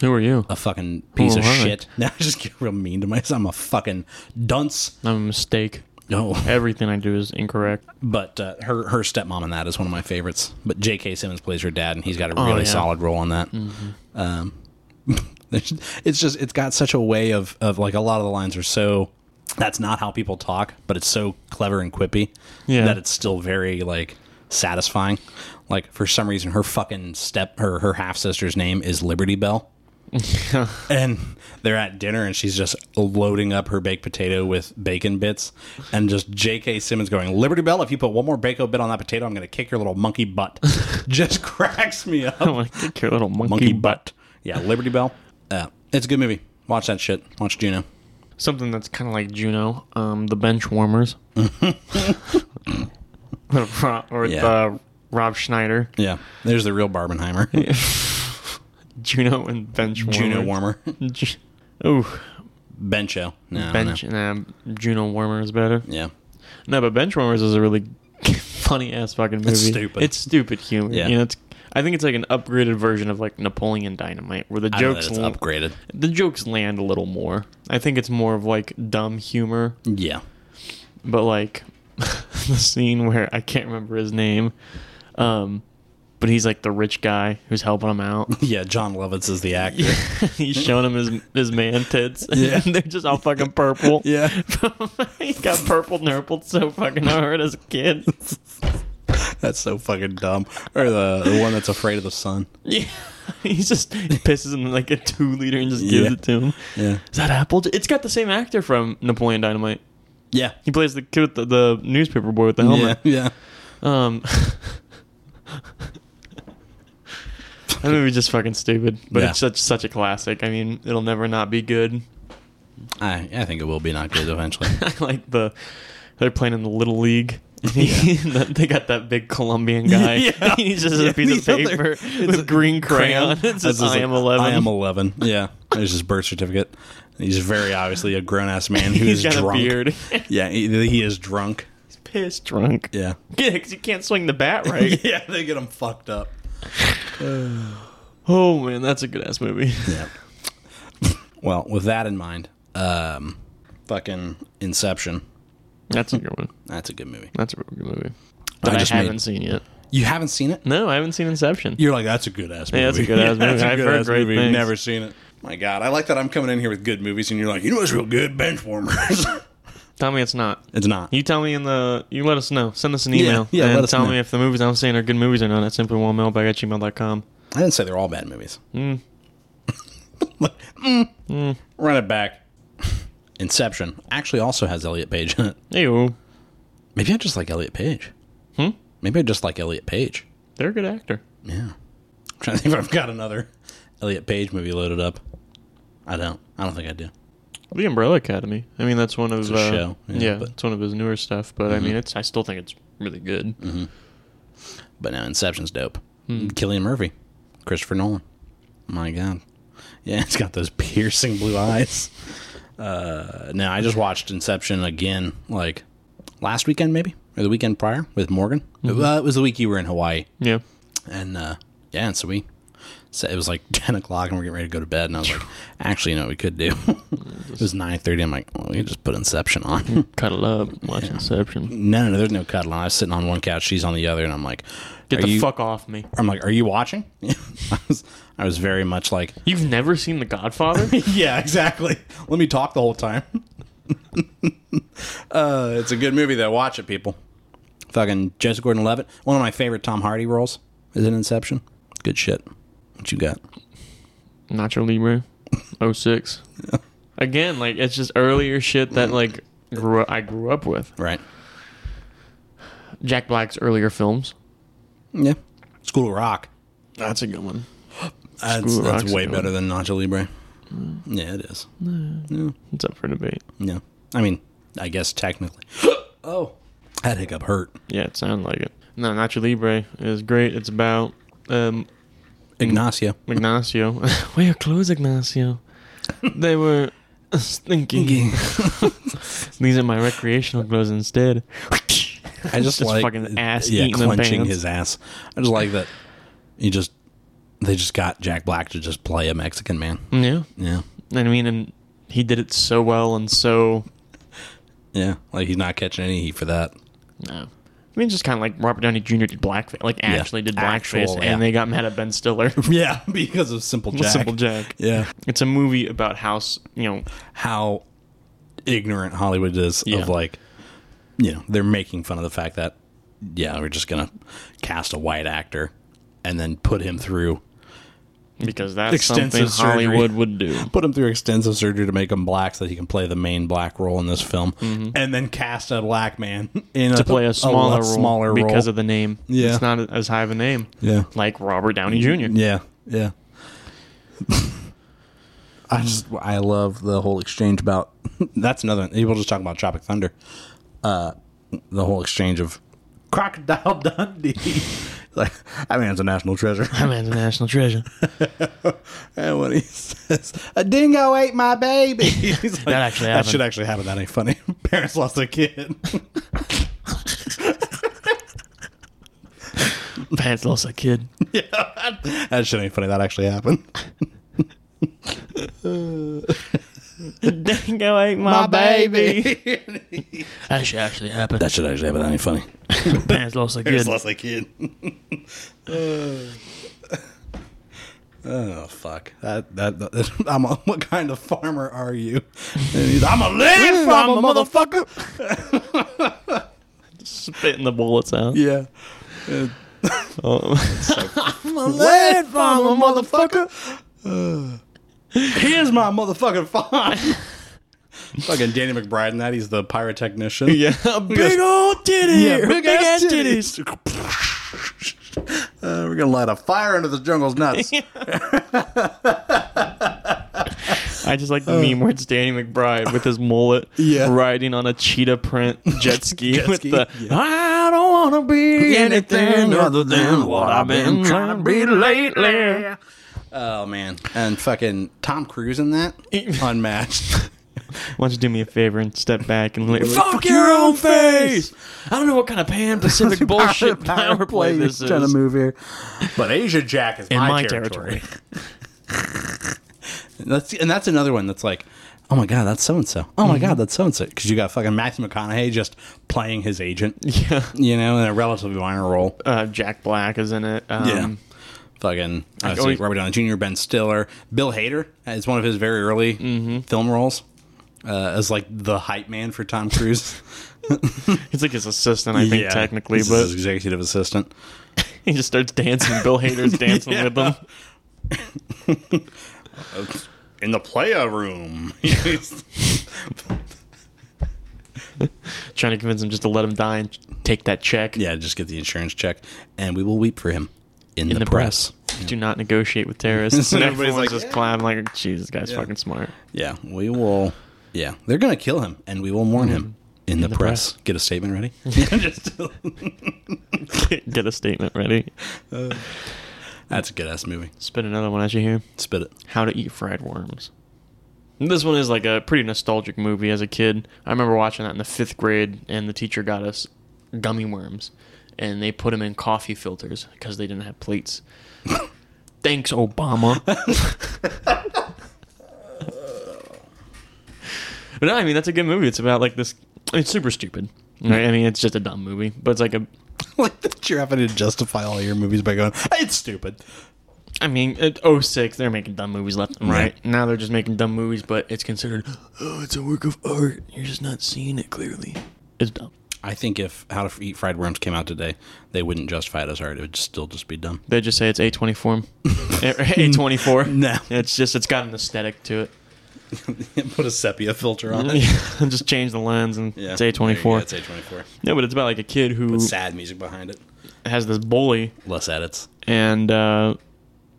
Who are you?
a fucking piece of
Alright.
shit. Now I just get real mean to myself. I'm a fucking dunce.
I'm a mistake.
No,
Everything I do is incorrect.
but uh, her her stepmom in that is one of my favorites. But J.K. Simmons plays her dad, and he's got a really
Oh, yeah. Mm-hmm.
solid role on that. Um, there's- it's just it's got such a way of of like a lot of the lines are so that's not how people talk, but it's so clever and quippy
Yeah.
that it's still very like satisfying. Like for some reason, her fucking step her her half sister's name is Liberty Bell. and they're at dinner and she's just loading up her baked potato with bacon bits and just jk simmons going liberty bell if you put one more bacon bit on that potato i'm going to kick your little monkey butt just cracks me up
I'm like, kick your little monkey,
Monkey
butt.
yeah liberty bell uh, it's a good movie watch that shit watch juno
Something that's kind of like Juno, um, the bench warmers. With Ro- or
Yeah.
the Rob Schneider,
yeah there's the real barbenheimer
Juno and bench warmers.
juno warmer
Ju- Ooh,
bencho no I don't
bench.
know.
Nah, Juno warmer is better.
yeah
No, but bench warmers is a really funny ass fucking movie.
stupid.
It's stupid humor.
Yeah.
You know, it's. I think it's like an upgraded version of like Napoleon Dynamite, where the
I don't know that
jokes
it's
l-
upgraded
the jokes land a little more. I think it's more of like dumb humor,
yeah
but like the scene where I can't remember his name, um, but he's like the rich guy who's helping him out.
yeah john lovitz is the actor
he's showing him his his man tits,
Yeah.
and they're just all fucking purple.
yeah
he got purple nurpled so fucking hard as a kid.
that's so fucking dumb or the, the one that's afraid of the sun
Yeah. He just pisses him like a two liter and just gives
Yeah.
it to him.
yeah
Is that Apple? It's got the same actor from Napoleon Dynamite.
yeah
He plays the kid with the, the newspaper boy with the helmet.
Yeah,
Um, that movie's just fucking stupid, but
Yeah.
it's such such a classic. I mean, it'll never not be good.
yeah. I, I think it will be not good eventually.
I like the they're playing in the little league. they got that big Colombian guy.
Yeah.
He's just a piece of
The other-
paper
it's
with
a
green crayon. It's
That's
just,
just
I
like,
am eleven.
I am eleven. Yeah, there's his birth certificate. He's very obviously a grown ass man who is
He's got
drunk.
a beard.
Yeah, he, he is drunk.
He's piss drunk.
Yeah,
Yeah, because you can't swing the bat right.
yeah, they get him fucked up.
oh man, that's a good ass movie.
Yeah. well, with that in mind, um, fucking Inception.
That's a good one.
That's a good movie.
That's a real good movie. That
I
I,
just made-
haven't seen yet.
You haven't seen it?
No, I haven't seen Inception.
You're like, that's a good ass movie.
Yeah, that's a good-ass movie.
that's a
I've
good
heard
ass
great
movie.
things.
Never seen it. My God, I like that I'm coming in here with good movies, and you're like, you know what's real good? Benchwarmers.
Tell me it's not.
it's not.
You tell me in the. You let us know. Send us an email.
yeah,
and
let us
tell
know.
me if the movies I'm seeing are good movies or not at simplywallmailbag at gmail.com.
I didn't say they're all bad movies.
Hmm.
Look, mm. Run it back. Inception actually also has Elliot Page in it.
Ew.
Maybe I just like Elliot Page.
Hmm?
Maybe I just like Elliot Page.
They're a good actor.
Yeah. I'm trying to think if I've got another Elliot Page movie loaded up. I don't. I don't think I do.
The Umbrella Academy. I mean, that's one of
a
uh,
show, yeah,
Yeah,
but- Mm-hmm.
it's one of his newer stuff. But I mean, it's. I still think it's really good.
But no, Inception's dope. Killian Murphy, Christopher Nolan. My God. Yeah, it's got those piercing blue eyes. Uh, no, I just watched Inception again, like last weekend maybe, or the weekend prior with Morgan. Uh, it was the week you were in Hawaii,
Yeah.
and uh, yeah, and so we, so it was like ten o'clock, and we're getting ready to go to bed, and I was like, actually, you know what we could do? it was nine thirty. I'm like, well, we could just put Inception on.
Cuddle up. Watch Inception.
no, no, no, there's no cuddling. I was sitting on one couch, she's on the other, and I'm like,
Get
are
the
you-
fuck off me.
I'm like, "Are you watching?" I was, I was very much like,
You've never seen The Godfather?
"Yeah, exactly. Let me talk the whole time." uh, it's a good movie though. Watch it, people. Fucking Joseph Gordon-Levitt, one of my favorite Tom Hardy roles, is in Inception. Good shit. What you got?
Nacho Libre, 06. Again, like it's just earlier shit that like grew I grew up with.
Right?
Jack Black's earlier films.
Yeah. School of Rock.
That's a good one.
That's,
School of
that's
Rock's
way
a good Mm.
better than Nacho Libre. Yeah, it is.
It's up for debate.
Yeah. I mean, I guess technically. oh, that hiccup hurt.
Yeah, it sounded like it. No, Nacho Libre is great. It's about um
Ignacio.
Ignacio. Wear your clothes, Ignacio. they were stinky. These are my recreational clothes instead.
I just,
Just
like
fucking ass
yeah,
eating in
clenching
pants.
his ass. I just like that he just They just got Jack Black to just play a Mexican man.
Yeah.
Yeah.
I mean, and he did it so well and so.
Yeah. Like he's not catching any heat for that.
No. uh, I mean, just kind of like Robert Downey Jr. did blackface, like actually did blackface,
Actual, yeah.
and they got mad at Ben Stiller.
Yeah, because of Simple Jack.
Simple Jack.
Yeah.
It's a movie about house, you know,
How ignorant Hollywood is
Yeah.
of like, you know, they're making fun of the fact that, yeah, we're just going to cast a white actor and then put him through,
because that's
Extensive
something Hollywood
surgery.
would do.
put him through extensive surgery to make him black so that he can play the main black role in this film and then cast a black man in
Mm-hmm. To play a smaller,
lot
role
smaller role.
because of the name.
Yeah.
It's not as high of a name.
Yeah.
Like Robert Downey Jr.
Yeah, yeah. I just I love the whole exchange about that's another people just talk about Tropic Thunder. Uh the whole exchange of Crocodile Dundee. like that man's a national treasure.
That man's a national treasure.
And when he says a dingo ate my baby he's like,
That actually
That
happened."
should actually happen. That ain't funny. Parents lost a kid.
Pants lost a kid.
yeah. That, that shit ain't funny. That actually happened.
Dingo ate my, baby. That should actually happen.
that should actually happen. That ain't funny.
Pants lost a kid.
Just lost a kid. oh fuck! That, that that I'm a what kind of farmer are you? And he's, I'm a land farmer, motherfucker.
Spitting the bullets out.
Yeah,
Oh.
I'm a land farmer, motherfucker. Here's my motherfucking farm. Fucking Danny McBride in that. He's the pyrotechnician.
Yeah, big old titties.
Yeah,
big, ass, titties.
Uh, we're gonna light a fire under the jungle's nuts.
I just like the meme where it's Danny McBride with his mullet
Yeah.
riding on a cheetah print jet ski
Jet
with
ski,
the
yeah.
I don't wanna be anything other than what I've been trying to be lately.
Oh man, and fucking Tom Cruise in that unmatched.
Why don't you do me a favor and step back and literally
Fuck your own face!
I don't know what kind of Pan Pacific bullshit power play this is.
trying to move here, but Asia Jack is
In
my,
my
territory. that's and that's another one that's like, oh my god, that's so and so. Oh my
Mm-hmm.
god, that's so and so. Because you got fucking Matthew McConaughey just playing his agent,
Yeah,
you know, in a relatively minor role.
uh, Jack Black is in it. Um,
Yeah. Fucking obviously
always-
Robert Downey Jr., Ben Stiller, Bill Hader is one of his very early film roles uh, as like the hype man for Tom Cruise. uh,
he's like his assistant, I think, technically,
he's
but
his executive assistant.
he just starts dancing. Bill Hader's dancing with him.
Oh, In the player room,
trying to convince him just to let him die and take that check.
yeah, just get the insurance check, and we will weep for him in, the,
the
press.
press. Do not negotiate with terrorists. and
Everybody's like,
everybody's like, just clapping like, Jesus, guy's fucking smart.
Yeah, we will. Yeah, they're gonna kill him, and we will warn him Mm-hmm. in, the,
the
press.
press.
Get a statement ready. Just-
Get a statement ready.
Uh, that's a good ass movie.
Spit another one at you here.
Spit it.
How to eat fried worms. This one is like a pretty nostalgic movie as a kid. I remember watching that in the fifth grade, and the teacher got us gummy worms, and they put them in coffee filters because they didn't have plates. Thanks, Obama. but no, I mean that's a good movie. It's about like this. It's super stupid. Right? I mean, it's just a dumb movie, but it's like a.
like that you're having to justify all your movies by going, it's stupid.
I mean, at 06, they're making dumb movies left and right. Now they're just making dumb movies, but it's considered, oh, it's a work of art. You're just not seeing it clearly. It's dumb.
I think if How to Eat Fried Worms came out today, they wouldn't justify it as art. It would still just be dumb.
They just say it's A24. A24.
No.
It's just, it's got an aesthetic to it.
Put a sepia filter on it.
just change the lens and
Yeah.
it's
There you go,
A24.
It's A24.
No, but it's about like a kid who
Sad music behind it.
has this bully,
Less edits.
and uh,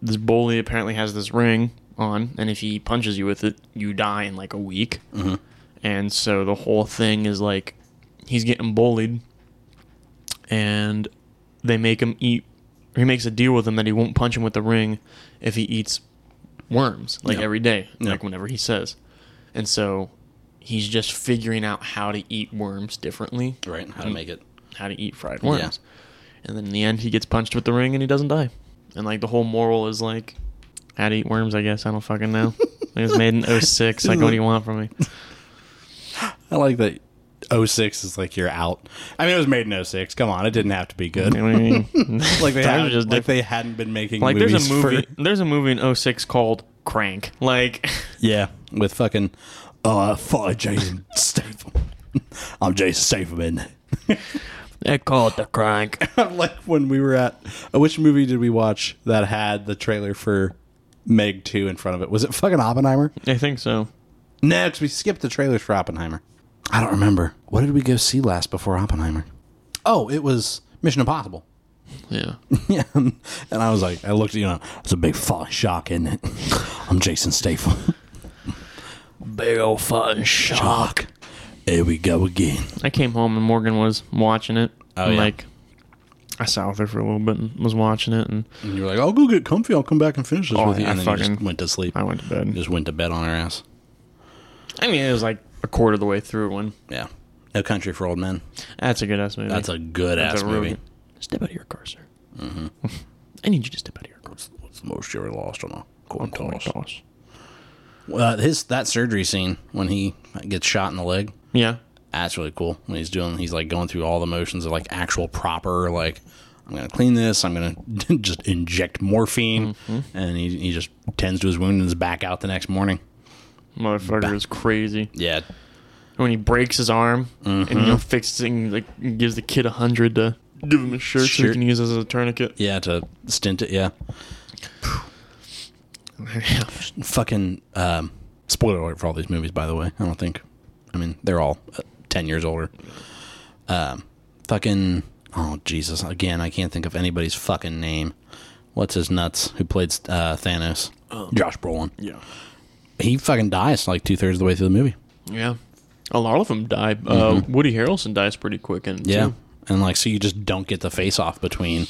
this bully apparently has this ring on, and if he punches you with it, you die in like a week.
Mm-hmm.
And so the whole thing is like he's getting bullied, and they make him eat. Or he makes a deal with him that he won't punch him with the ring if he eats worms like
Yeah.
every day,
Yeah.
like whenever he says. And so he's just figuring out how to eat worms differently
Right? How to make it.
how to eat fried worms. And then in the end, he gets punched with the ring and he doesn't die. And like the whole moral is like, how to eat worms. I guess I don't fucking know. it was made in 06. Like, what do you want from me?
I like that 06 is like you're out. I mean, it was made in 06. Come on, it didn't have to be good.
You know what I mean?
like they
Times
had,
are just
like
different.
they hadn't been making
like
movies
there's a
for-
movie. There's a movie in 06 called Crank. Like,
yeah, with fucking uh fuck Jason Statham. I'm Jason Statham in.
they call it the Crank.
like when we were at uh, which movie did we watch that had the trailer for Meg 2 in front of it? Was it fucking Oppenheimer?
I think so.
No, 'cause we skipped the trailers for Oppenheimer. I don't remember. What did we go see last before Oppenheimer? Oh, it was Mission Impossible.
Yeah.
Yeah, and I was like, I looked, you know, it's a big fucking shock, isn't it? I'm Jason Statham.
Big old fucking shot.
Fuck. Here we go again.
I came home and Morgan was watching it.
Oh,
and
yeah.
Like, I sat with her for a little bit and was watching it, and
And you were like, I'll go get comfy. I'll come back and finish this
Oh,
with you.
I
And then you just
fucking-
went to sleep.
I went to bed.
Just went to bed on her ass.
I mean, it was like a quarter of the way through when.
Yeah. No Country for Old Men.
That's a good ass movie.
That's a good
That's
ass
a real
movie. Mm-hmm.
good- Step out of your car, sir. I need you to step out of your car.
What's the most you ever lost on a coin
Oh my
toss?
gosh.
Well, his that surgery scene when he gets shot in the leg.
Yeah.
That's really cool. When he's doing, he's like going through all the motions of like actual proper like. I'm gonna clean this. I'm gonna just inject morphine, and he, he just tends to his wound and is back out the next morning.
Motherfucker is crazy.
Yeah,
When he breaks his arm and
Mm-hmm.
you know fixing like gives the kid a hundred to give him a shirt so he
Shirt.
can use it as a tourniquet.
yeah, to stint it. Yeah, fucking um, spoiler alert for all these movies. By the way, I don't think. I mean, they're all uh, ten years older. Um, fucking oh Jesus! Again, I can't think of anybody's fucking name. What's his nuts? Who played uh, Thanos? Josh Brolin.
yeah.
he fucking dies like two thirds of the way through the movie.
Yeah. A lot of them die. Uh, Woody Harrelson dies pretty quick and
Mm-hmm. Yeah. And like, so you just don't get the face off between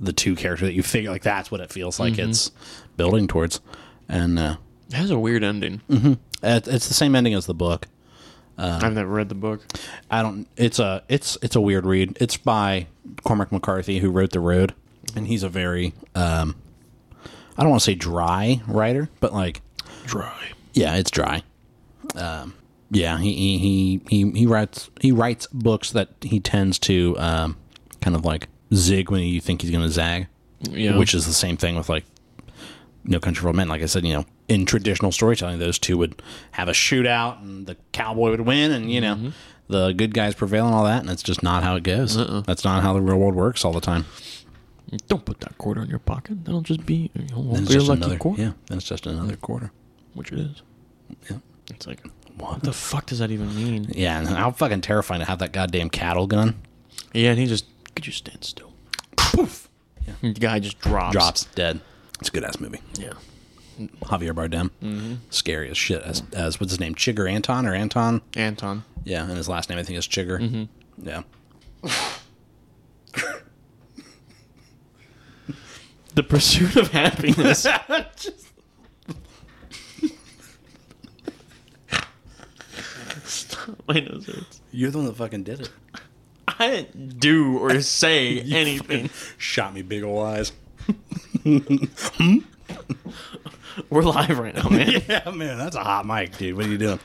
the two characters that you figure, like, that's what it feels like it's building towards. And uh,
It has a weird ending.
Mm-hmm. it, it's the same ending as the book.
I've never read the book.
I don't, it's a, it's, it's a weird read. It's by Cormac McCarthy, who wrote The Road. And he's a very, um, I don't want to say dry writer, but like,
Dry.
Yeah, it's dry. Um, yeah, he, he he he he writes he writes books that he tends to um, kind of like zig when you think he's going to zag,
Yeah.
which is the same thing with like No Country for Old Men. Like I said, you know, in traditional storytelling, those two would have a shootout and the cowboy would win, and you
Mm-hmm.
know. The good guys prevail and all that, and that's just not how it goes.
Uh-uh.
That's not how the real world works all the time.
don't put that quarter in your pocket. That'll just be it won't
It's
be a
just
lucky
another
quarter.
yeah. That's just another quarter.
Which it is.
Yeah.
It's like
What?
what the fuck does that even mean?
Yeah, and how fucking terrifying to have that goddamn cattle gun.
Yeah, and he just could you stand still? Poof. The guy just drops.
drops dead. It's a good ass movie.
Yeah.
Javier Bardem, scary as shit. As, as what's his name, Chigger Anton or Anton?
Anton.
Yeah, and his last name I think is Chigger. Yeah,
The pursuit of happiness. Stop. My nose hurts.
you're the one that fucking did it.
I didn't do or say anything.
Shot me big ol' eyes.
We're live right now, man.
Yeah, man, that's a hot mic, dude. What are you doing?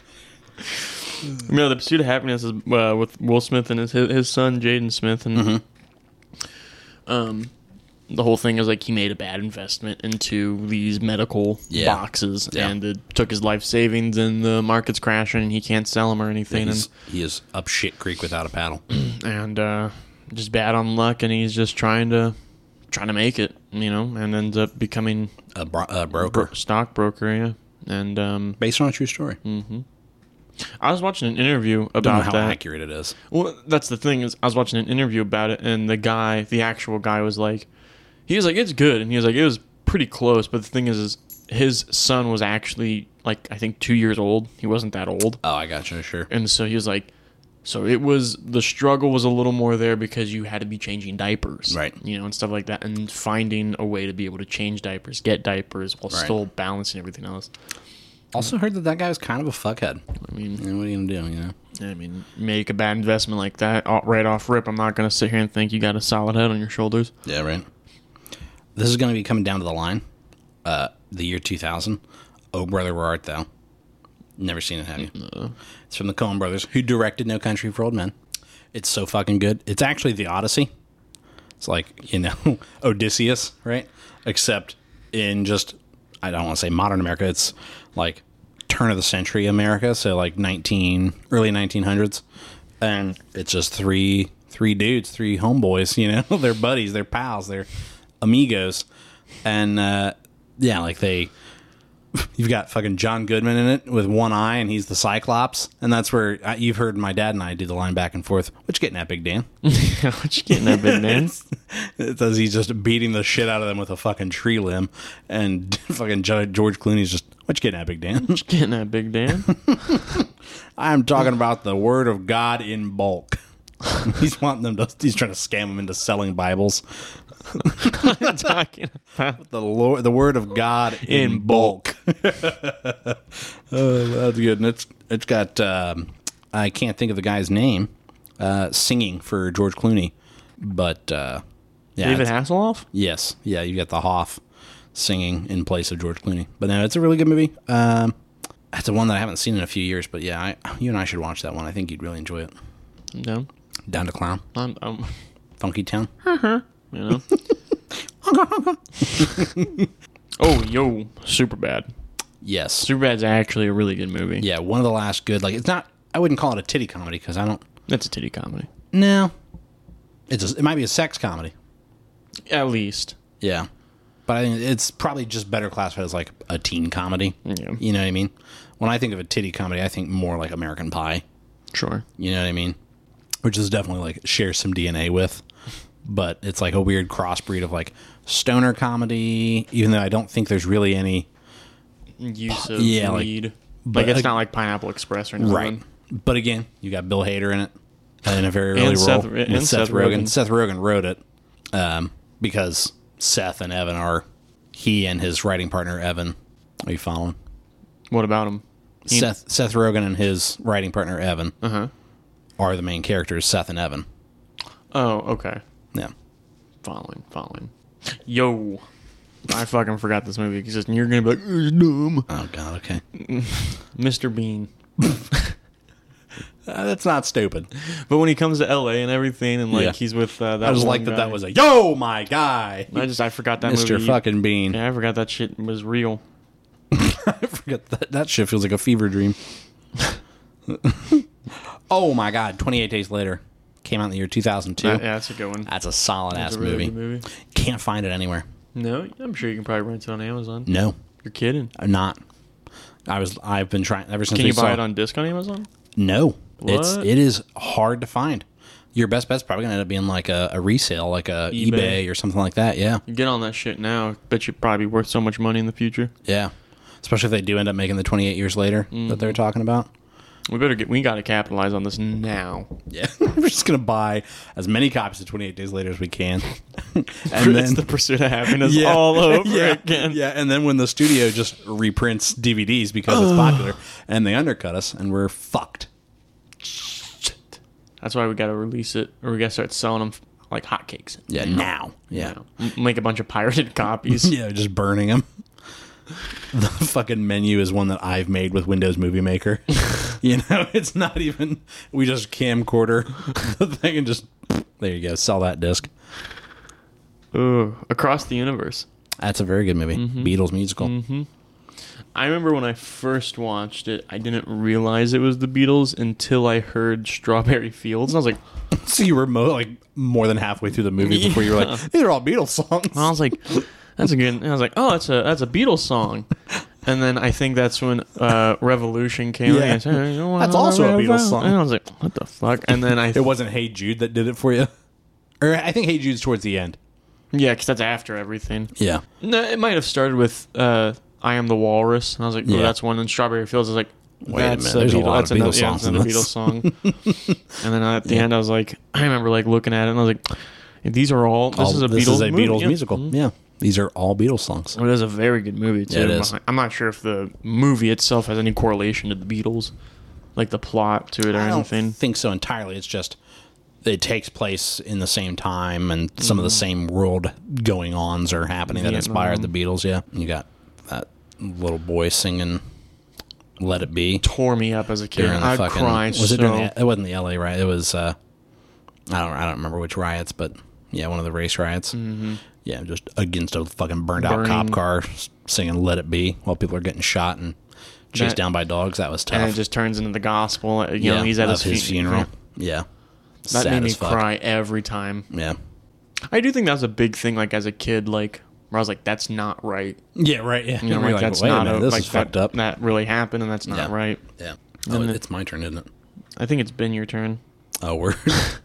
No, the pursuit of happiness is uh, with Will Smith and his his, his son Jaden Smith, and um, the whole thing is like he made a bad investment into these medical
Yeah.
boxes,
Yeah.
and it took his life savings, and the market's crashing, and he can't sell them or anything,
He's, he is up shit creek without a paddle.
and and uh, just bad on luck, and he's just trying to trying to make it, you know, and ends up becoming
a, bro- a
a
broker
stockbroker, yeah. And um,
based on a true story. I
I was watching an interview
Don't know
about
how
that.
accurate it is.
Well, that's the thing is, I was watching an interview about it, and the guy, the actual guy, was like, he was like, it's good, and he was like, it was pretty close, but the thing is, is his son was actually like, I think two years old. He wasn't that old,
Oh, I got you. Sure.
and so he was like, so it was the struggle was a little more there because you had to be changing diapers,
Right.
You know, and stuff like that, and finding a way to be able to change diapers, get diapers while
Right.
still balancing everything else.
Also heard that that guy was kind of a fuckhead.
I mean,
And what are you gonna do? You know.
I mean, make a bad investment like that uh, right off rip. I'm not gonna sit here and think you got a solid head on your shoulders.
Yeah, right. this is going to be coming down to the line. Uh, the year 2000. Oh, brother, where art thou? Never seen it, have you? It's from the Coen brothers, who directed No Country for Old Men. It's so fucking good. It's actually the Odyssey. It's like, you know, Odysseus, right? Except in just, I don't want to say modern America. It's like turn of the century America. So like 19, early 1900s. And it's just three, three dudes, three homeboys, you know, they're buddies, they're pals, they're amigos. And, uh, yeah, like they, You've got fucking John Goodman in it with one eye, and he's the Cyclops, and that's where I, you've heard my dad and I do the line back and forth. What you getting at, Big Dan?
what you getting that big man?
It says he's just beating the shit out of them with a fucking tree limb, and fucking Jo- George Clooney's just, "What you getting at, Big Dan?"
What you getting that big Dan?
I'm talking about the Word of God in bulk. he's wanting them to. He's trying to scam them into selling Bibles.
Talking about
The Lord, the Word of God in, bulk. oh, that's good. And it's it's got um, I can't think of the guy's name uh, singing for George Clooney, but uh, yeah,
David
it's-
Hasselhoff?
yes, yeah, you got the Hoff singing in place of George Clooney. But no, it's a really good movie. Um, that's the one that I haven't seen in a few years. But yeah, I, you and I should watch that one. I think you'd really enjoy it.
I'm down.
Down to Clown,
I'm, I'm
Funky Town.
you know. oh, yo, super bad.
Yes,
Super bad's actually a really good movie.
yeah, one of the last good. Like it's not. I wouldn't call it a titty comedy because I don't.
That's a titty comedy.
No. It's a, it might be a sex comedy.
At least.
Yeah. But I think it's probably just better classified as like a teen comedy.
Yeah.
You know what I mean? When I think of a titty comedy, I think more like American Pie.
Sure.
You know what I mean? Which is definitely like shares some DNA with. But it's like a weird crossbreed of like stoner comedy, even though I don't think there's really any
Use of
yeah, like-
weed. Like,
but-
it's not like Pineapple Express or nothing.
But again, you got Bill Hader in it uh, in a very early role
Seth-
with
and
Seth,
Seth
Rogen.
Rogen.
Seth Rogen wrote it um, because Seth and Evan are he and his writing partner Evan. Are you following?
What about him? He-
Seth Seth Rogen and his writing partner Evan
Uh-huh.
are the main characters. Seth and Evan.
Oh, okay.
Yeah.
Following, following. Yo. I fucking forgot this movie exists, and you're gonna be like, "It's dumb.
Oh God. Okay.
Mr. Bean.
Uh, that's not stupid.
But when he comes to LA and everything, and like
Yeah.
he's with uh, that,
I just
one
like that.
guy-
That was a yo, my guy,
I just I forgot that
Mister
movie.
Fucking Bean.
Yeah, I forgot that shit was real.
I forget that that shit feels like a fever dream. oh my god! Twenty eight days later, came out in the year two thousand two.
Yeah, that's a good one.
That's a solid ass
a really
movie.
good movie.
Can't find it anywhere.
No, I'm sure you can probably rent it on Amazon.
No,
You're kidding.
I'm not. I was. I've been trying ever since.
Can
we
you
saw,
buy it on disc on Amazon?
No, it's
What?
it is hard to find. Your best bet's probably gonna end up being like a, a resale, like a eBay.
eBay.
or something like that. Yeah,
Get on that shit now. Bet you'd probably be worth so much money in the future.
yeah. Especially if they do end up making the twenty eight years later
Mm-hmm.
that they're talking about.
We better get. We gotta capitalize on this now.
Yeah, we're just gonna buy as many copies of Twenty Eight Days Later as we can, and
it's
then
the pursuit of happiness all over
yeah,
again.
Yeah, and then when the studio just reprints DVDs because it's popular, and they undercut us, and we're fucked.
That's why we gotta release it, or we gotta start selling them like hotcakes.
Yeah, now. Yeah,
M- Make a bunch of pirated copies.
yeah, just burning them. The fucking menu is one that I've made with Windows Movie Maker. you know, it's not even. We just camcorder the thing and just there you go. Sell that disc.
Ooh, across the universe.
That's a very good movie. Beatles musical.
I remember when I first watched it, I didn't realize it was the Beatles until I heard Strawberry Fields, and I was like,
So you were mo- like more than halfway through the movie before you were like, these are all Beatles songs.
I was like, that's a good. And I was like, oh, that's a that's a Beatles song. And then I think that's when uh, Revolution came.
Yeah.
Yeah. And
That's also a Beatles song.
And I was like, what the fuck? And then I
It wasn't Hey Jude that did it for you. Or I think Hey Jude's towards the end.
yeah, because that's after everything.
Yeah.
No, it might have started with uh, I Am the Walrus, and I was like, oh,
Yeah.
that's one. And Strawberry Fields I was like,
a
that's
minute, there's a
Beatle-
lot
that's
of
another,
Beatles
yeah, that's
songs in
another
this.
Beatles song. and then at the end, I was like, I remember like looking at it, and I was like, these are all. This
All-
is a Beatles. movie,
Beatles
yeah.
musical. Yeah. These are all Beatles songs.
It is a very good movie too.
It is.
I'm not sure if the movie itself has any correlation to the Beatles, like the plot to it or
I don't
anything.
think so entirely. It's just it takes place in the same time and some of the
Mm-hmm.
same world going ons are happening that inspired the Beatles. Yeah, you got that little boy singing "Let It Be."
Tore me up as a kid.
during the
I
fucking-
cried
Was
so.
it during the, it wasn't the LA riot? It was uh, I don't I don't remember which riots, but yeah, one of the race riots. Mm-hmm. Yeah, just against a fucking burned out cop
Burning.
car s- singing "Let It Be" while people are getting shot and chased
That-
down by dogs. That was tough.
and it just turns into the gospel. You know, he's at
of
his,
his
fu-
funeral. Yeah,
That
Sad
made me
as fuck.
cry every time.
Yeah,
I do think that was a big thing, like as a kid, like where I was like, "That's not right."
yeah, right. Yeah,
You know,
You're
like,
like,
that's
wait a
not
minute, this
like,
is
that,
fucked up.
That really happened, and that's not
Yeah.
right.
yeah, oh,
And
it-
the-
it's my turn, isn't it?
I think it's been your turn.
Oh, we're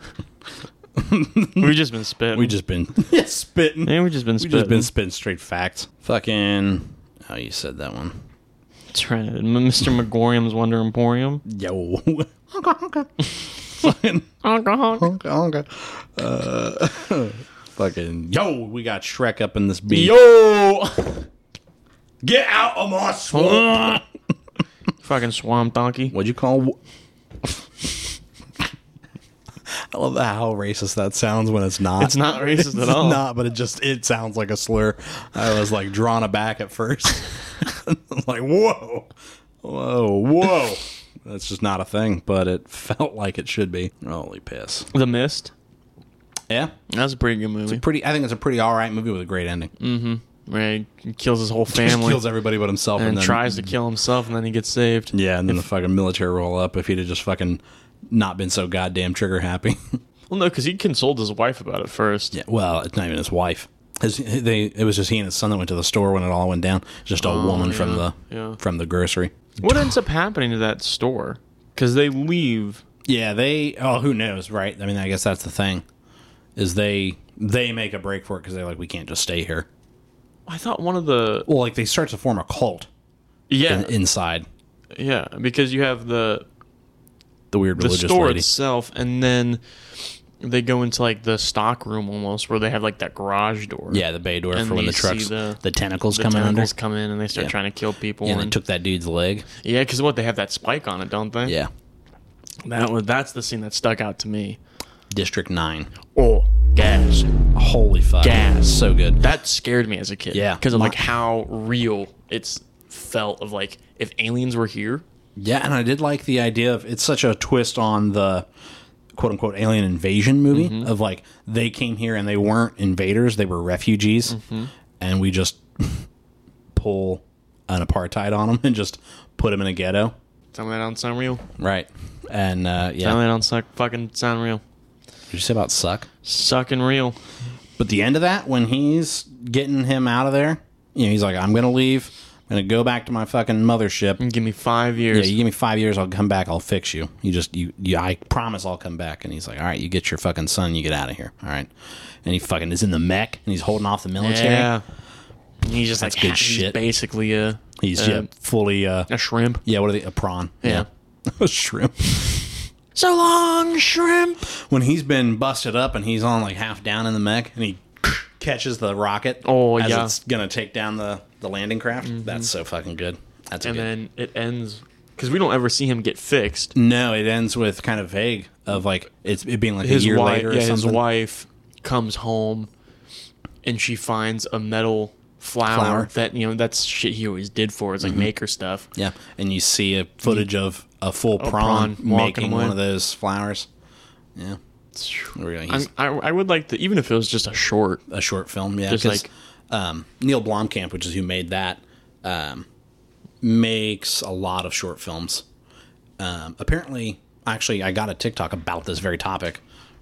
We've just been spitting.
we just been spitting.
yeah, we've just been
We
spitting.
just been spitting straight facts. Fucking. Oh, you said that one.
trying to Mr. McGorium's Wonder Emporium.
Yo.
Alcohol.
Fucking yo, we got Shrek up in this beat.
Yo,
Get out of my swamp.
fucking swamp donkey.
What'd you call? I love that how racist that sounds when it's not.
It's not racist at all.
Not, but it just it sounds like a slur. I was like drawn aback at first. I was like, whoa, whoa, whoa. That's just not a thing, but it felt like it should be. Holy piss.
The Mist.
Yeah.
That was a pretty good movie.
Pretty I think it's a pretty alright movie with a great ending.
Right, he kills his whole
Just
family
kills everybody but himself and,
and
then
tries to kill himself, and then he gets saved.
Yeah, and then the fucking military roll up if he'd have just fucking not been so goddamn trigger happy.
Well, no, because he consoled his wife about it first.
yeah, well, it's not even his wife. His, they it was just he and his son that went to the store when it all went down. Just a woman from the
yeah.
from the grocery.
What ends up happening to that store? Because they leave.
Yeah, they. Oh, who knows, right? I mean, I guess that's the thing, is they they make a break for it because they're like, we can't just stay here.
I thought one of the
Well, like they start to form a cult
yeah
in, inside
yeah because you have the
the weird
the
religious
store
lady.
itself, and then they go into like the stock room almost where they have like that garage door.
Yeah, the bay door
And
for when
you
the trucks,
see
the,
the-
tentacles
the
come in under,
tentacles come in and they start
Yeah.
trying to kill people.
and they
and-
took that dude's leg.
yeah, because what they have that spike on it, don't they?
Yeah,
that was that's the scene that stuck out to me.
District Nine.
Oh, gas.
Holy fuck,
Gas.
so good.
That scared me as a kid.
Yeah.
because of like how real it's felt of like if aliens were here.
Yeah, and I did like the idea of it's such a twist on the quote unquote alien invasion movie of like they came here and they weren't invaders, they were refugees, and we just pull an apartheid on them and just put them in a ghetto.
Tell me that don't sound real.
Right. And uh, yeah,
Tell me that don't suck. Fucking sound real.
did you say about suck?
Sucking real.
But the end of that, when he's getting him out of there, you know, he's like, I'm going to leave. I'm going to go back to my fucking mothership.
Give me five
Yeah,
years.
you give me five years, I'll come back. I'll fix you. You just you, you I promise I'll come back. And he's like, all right, you get your fucking son, you get out of here. All right, and he fucking is in the mech and he's holding off the military.
Yeah. He's just like
good
he's
shit.
Basically, a
He's
a,
yeah, fully uh,
a shrimp.
yeah, what are they? A prawn?
Yeah.
a shrimp.
So long, shrimp.
When he's been busted up and he's on like half down in the mech and he catches the rocket.
Oh,
as
yeah. Mm-hmm.
it's gonna take down the the landing craft. That's so fucking good. That's a
And
good.
then it ends because we don't ever see him get fixed.
no, it ends with kind of vague of like it's it being like
His
a year
wife,
later or
yeah,
something.
his wife comes home, and she finds a metal flower,
Flower. Mm-hmm.
that you know that's shit he always did for is like maker stuff.
Yeah, and you see a footage of a full prawn,
prawn walking
making
away.
one of those flowers. Yeah, really,
I'm-
he's
I, I would like to even if it was just a short.
a short film. Yeah,
Just
'cause,
like-
um, Neil Blomkamp, which is who made that, um, makes a lot of short films. Um, apparently, actually, I got a TikTok about this very topic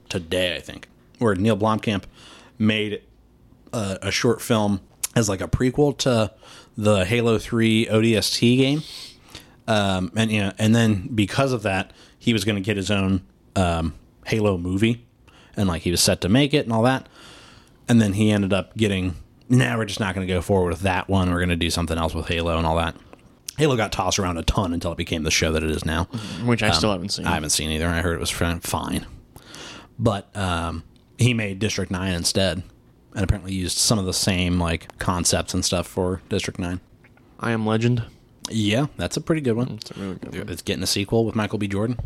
today. I think where Neil Blomkamp made a, a short film as like a prequel to the Halo Three ODST game. um, and you know, and then because of that, he was going to get his own um, Halo movie, and like he was set to make it and all that. And then he ended up getting. Now we're just not going to go forward with that one. We're going to do something else with Halo and all that. Halo got tossed around a ton until it became the show that it is now.
Which I still haven't seen.
um, I haven't seen either. I heard it was fr- fine, but um, he made District Nine instead, and apparently used some of the same like concepts and stuff for District Nine.
I am Legend.
Yeah, that's a pretty good one.
It's a really good. One.
It's getting a sequel with Michael B. Jordan.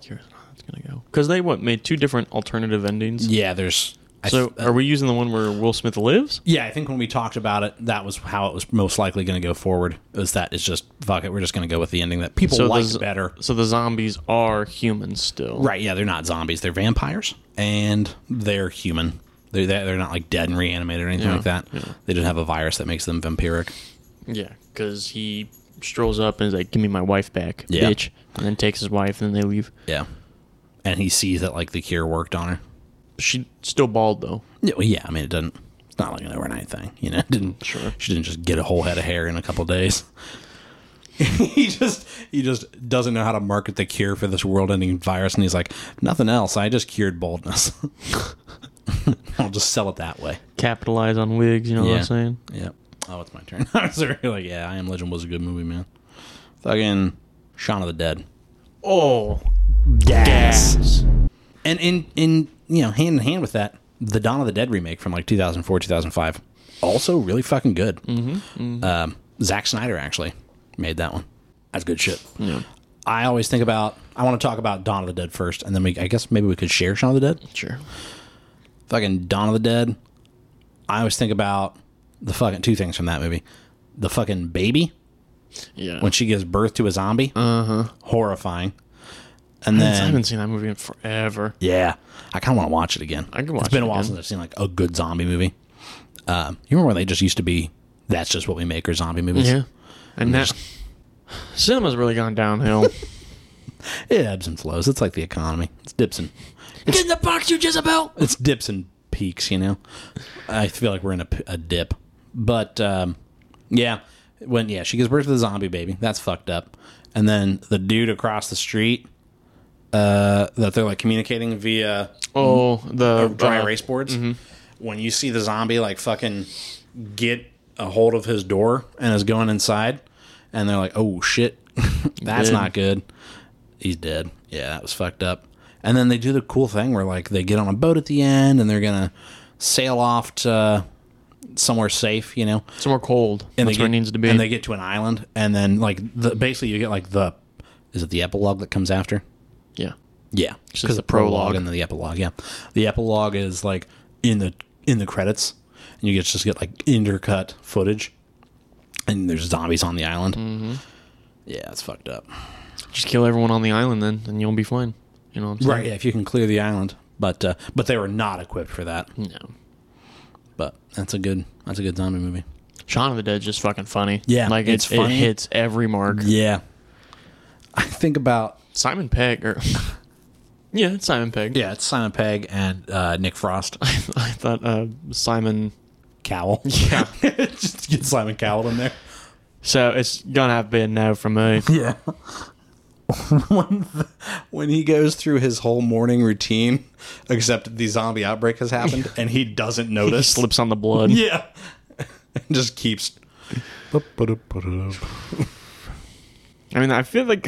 Curious how that's gonna go. because they what made two different alternative endings.
Yeah, there's. I
So
th-
are we using the one where Will Smith lives?
yeah, I think when we talked about it, that was how it was most likely going to go forward. Is that it's just fuck it, we're just going to go with the ending that people
So
like
there's-
better.
So the zombies are humans still.
Right? Yeah, they're not zombies; they're vampires, and they're human. They're they're they're not like dead and reanimated or anything
Yeah,
like that. They just have a virus that makes them vampiric.
Yeah, because he strolls up and is like, "Give me my wife back,
Yeah.
bitch," and then takes his wife, and then they leave.
Yeah, and he sees that like the cure worked on her.
She still bald though.
Yeah, well, yeah, I mean, it doesn't. It's not like an overnight thing, you know. It didn't
Sure.
she didn't just get a whole head of hair in a couple days. he just he just doesn't know how to market the cure for this world-ending virus, and he's like, nothing else. I just cured baldness. I'll just sell it that way.
Capitalize on wigs. You know what I'm saying?
Yeah. Oh, it's my turn. I was already like, yeah, I Am Legend was a good movie, man. Fucking Shaun of the Dead.
Oh, gas.
And in in you know hand in hand with that, the Dawn of the Dead remake from like 2004 2005, also really fucking good. Mm-hmm, Um, Zack Snyder actually made that one. That's good shit. I always think about. I want to talk about Dawn of the Dead first, and then we. I guess maybe we could share Shaun of the Dead.
Sure.
Fucking Dawn of the Dead. I always think about the fucking two things from that movie: the fucking baby
Yeah.
when she gives birth to a zombie, uh huh, horrifying. And
Uh-huh. I
then
haven't seen that movie in forever.
Yeah, I kind of want to watch it again.
I could watch
It's been
it
a while
again.
since I've seen like a good zombie movie. Um, you remember when they just used to be? That's just what we make are zombie movies.
Yeah. And that cinema's really gone downhill.
It ebbs and flows. It's like the economy. It's dips and
Get in the box, you Jezebel.
it's dips and peaks. You know, I feel like we're in a, p- a dip. But um, yeah, when yeah she gives birth to the zombie baby, that's fucked up. And then the dude across the street uh, that they're like communicating via
Oh, the
dry
uh,
erase boards. When you see the zombie like fucking get a hold of his door and is going inside, and they're like, "Oh shit, that's
Dead.
not good." He's dead. Yeah, that was fucked up. And then they do the cool thing where like they get on a boat at the end and they're gonna sail off to uh, somewhere safe, you know.
Somewhere cold.
And
That's
they
where it
get-
needs to be.
And they get to an island, and then like the, basically you get like the is it the epilogue that comes after?
yeah.
Yeah,
just
because
the
the
prologue.
prologue, and then the epilogue. Yeah, the epilogue is like in the in the credits, and you get just get like intercut footage, and there's zombies on the island. Mm-hmm. Yeah, it's fucked up.
Just kill everyone on the island then, and you'll be fine. You know what I'm saying?
Yeah, if you can clear the island, but uh, but they were not equipped for that.
No.
But that's a good that's a good zombie movie.
Shaun of the Dead's just fucking funny.
Yeah,
like it's
it's funny.
it hits every mark.
Yeah, I think about
Simon Pegg, or yeah, it's Simon Pegg.
yeah, it's Simon Pegg and uh, Nick Frost.
I thought uh, Simon.
Cowell. Yeah, just get Simon Cowell in there.
So it's gonna have to be a no from me.
Yeah. when, when he goes through his whole morning routine, except the zombie outbreak has happened and he doesn't
It
notice.
slips on the blood.
yeah. Just keeps. Because
I mean, I feel like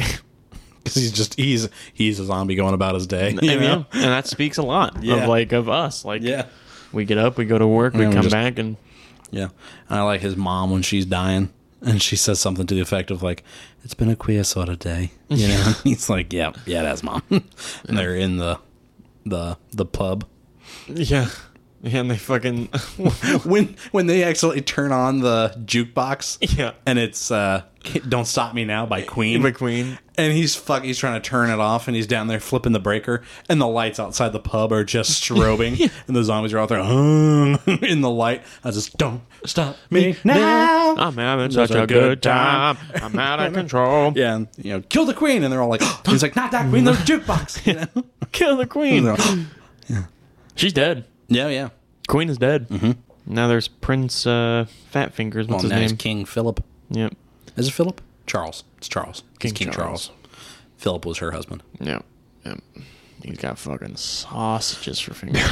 he's just, he's, he's a zombie going about his day.
I
You know?
know, and that speaks a lot
Yeah.
of like of us. Like
Yeah.
we get up, we go to work, we
we
come
just-
back, and
Yeah. And I like his mom when she's dying and she says something to the effect of, like, it's been a queer sort of day. You know? he's like, yeah, yeah, that's mom. and they're in the, the, the pub.
yeah, and they fucking
when when they actually turn on the jukebox
yeah.
and it's uh don't stop me now by queen
McQueen.
and he's fuck he's trying to turn it off and he's down there flipping the breaker and the lights outside the pub are just strobing and the zombies are out there "Hmm," in the light i just don't stop me now
I'm having
There's
such a,
a
good
good
time. I'm out of control.
yeah and, you know kill the queen and they're all like he's like not that queen the jukebox you know?
Kill the
And
queen.
they're all,
She's dead.
yeah yeah
Queen is dead. Mm-hmm. Now there's Prince uh, Fat Fingers.
well
What's
Oh, now
his
he's
name?
king philip
Yep.
is it philip charles it's charles
King
It's king
Charles.
charles philip was her husband
Yep. Yep. He's got fucking sausages for fingers.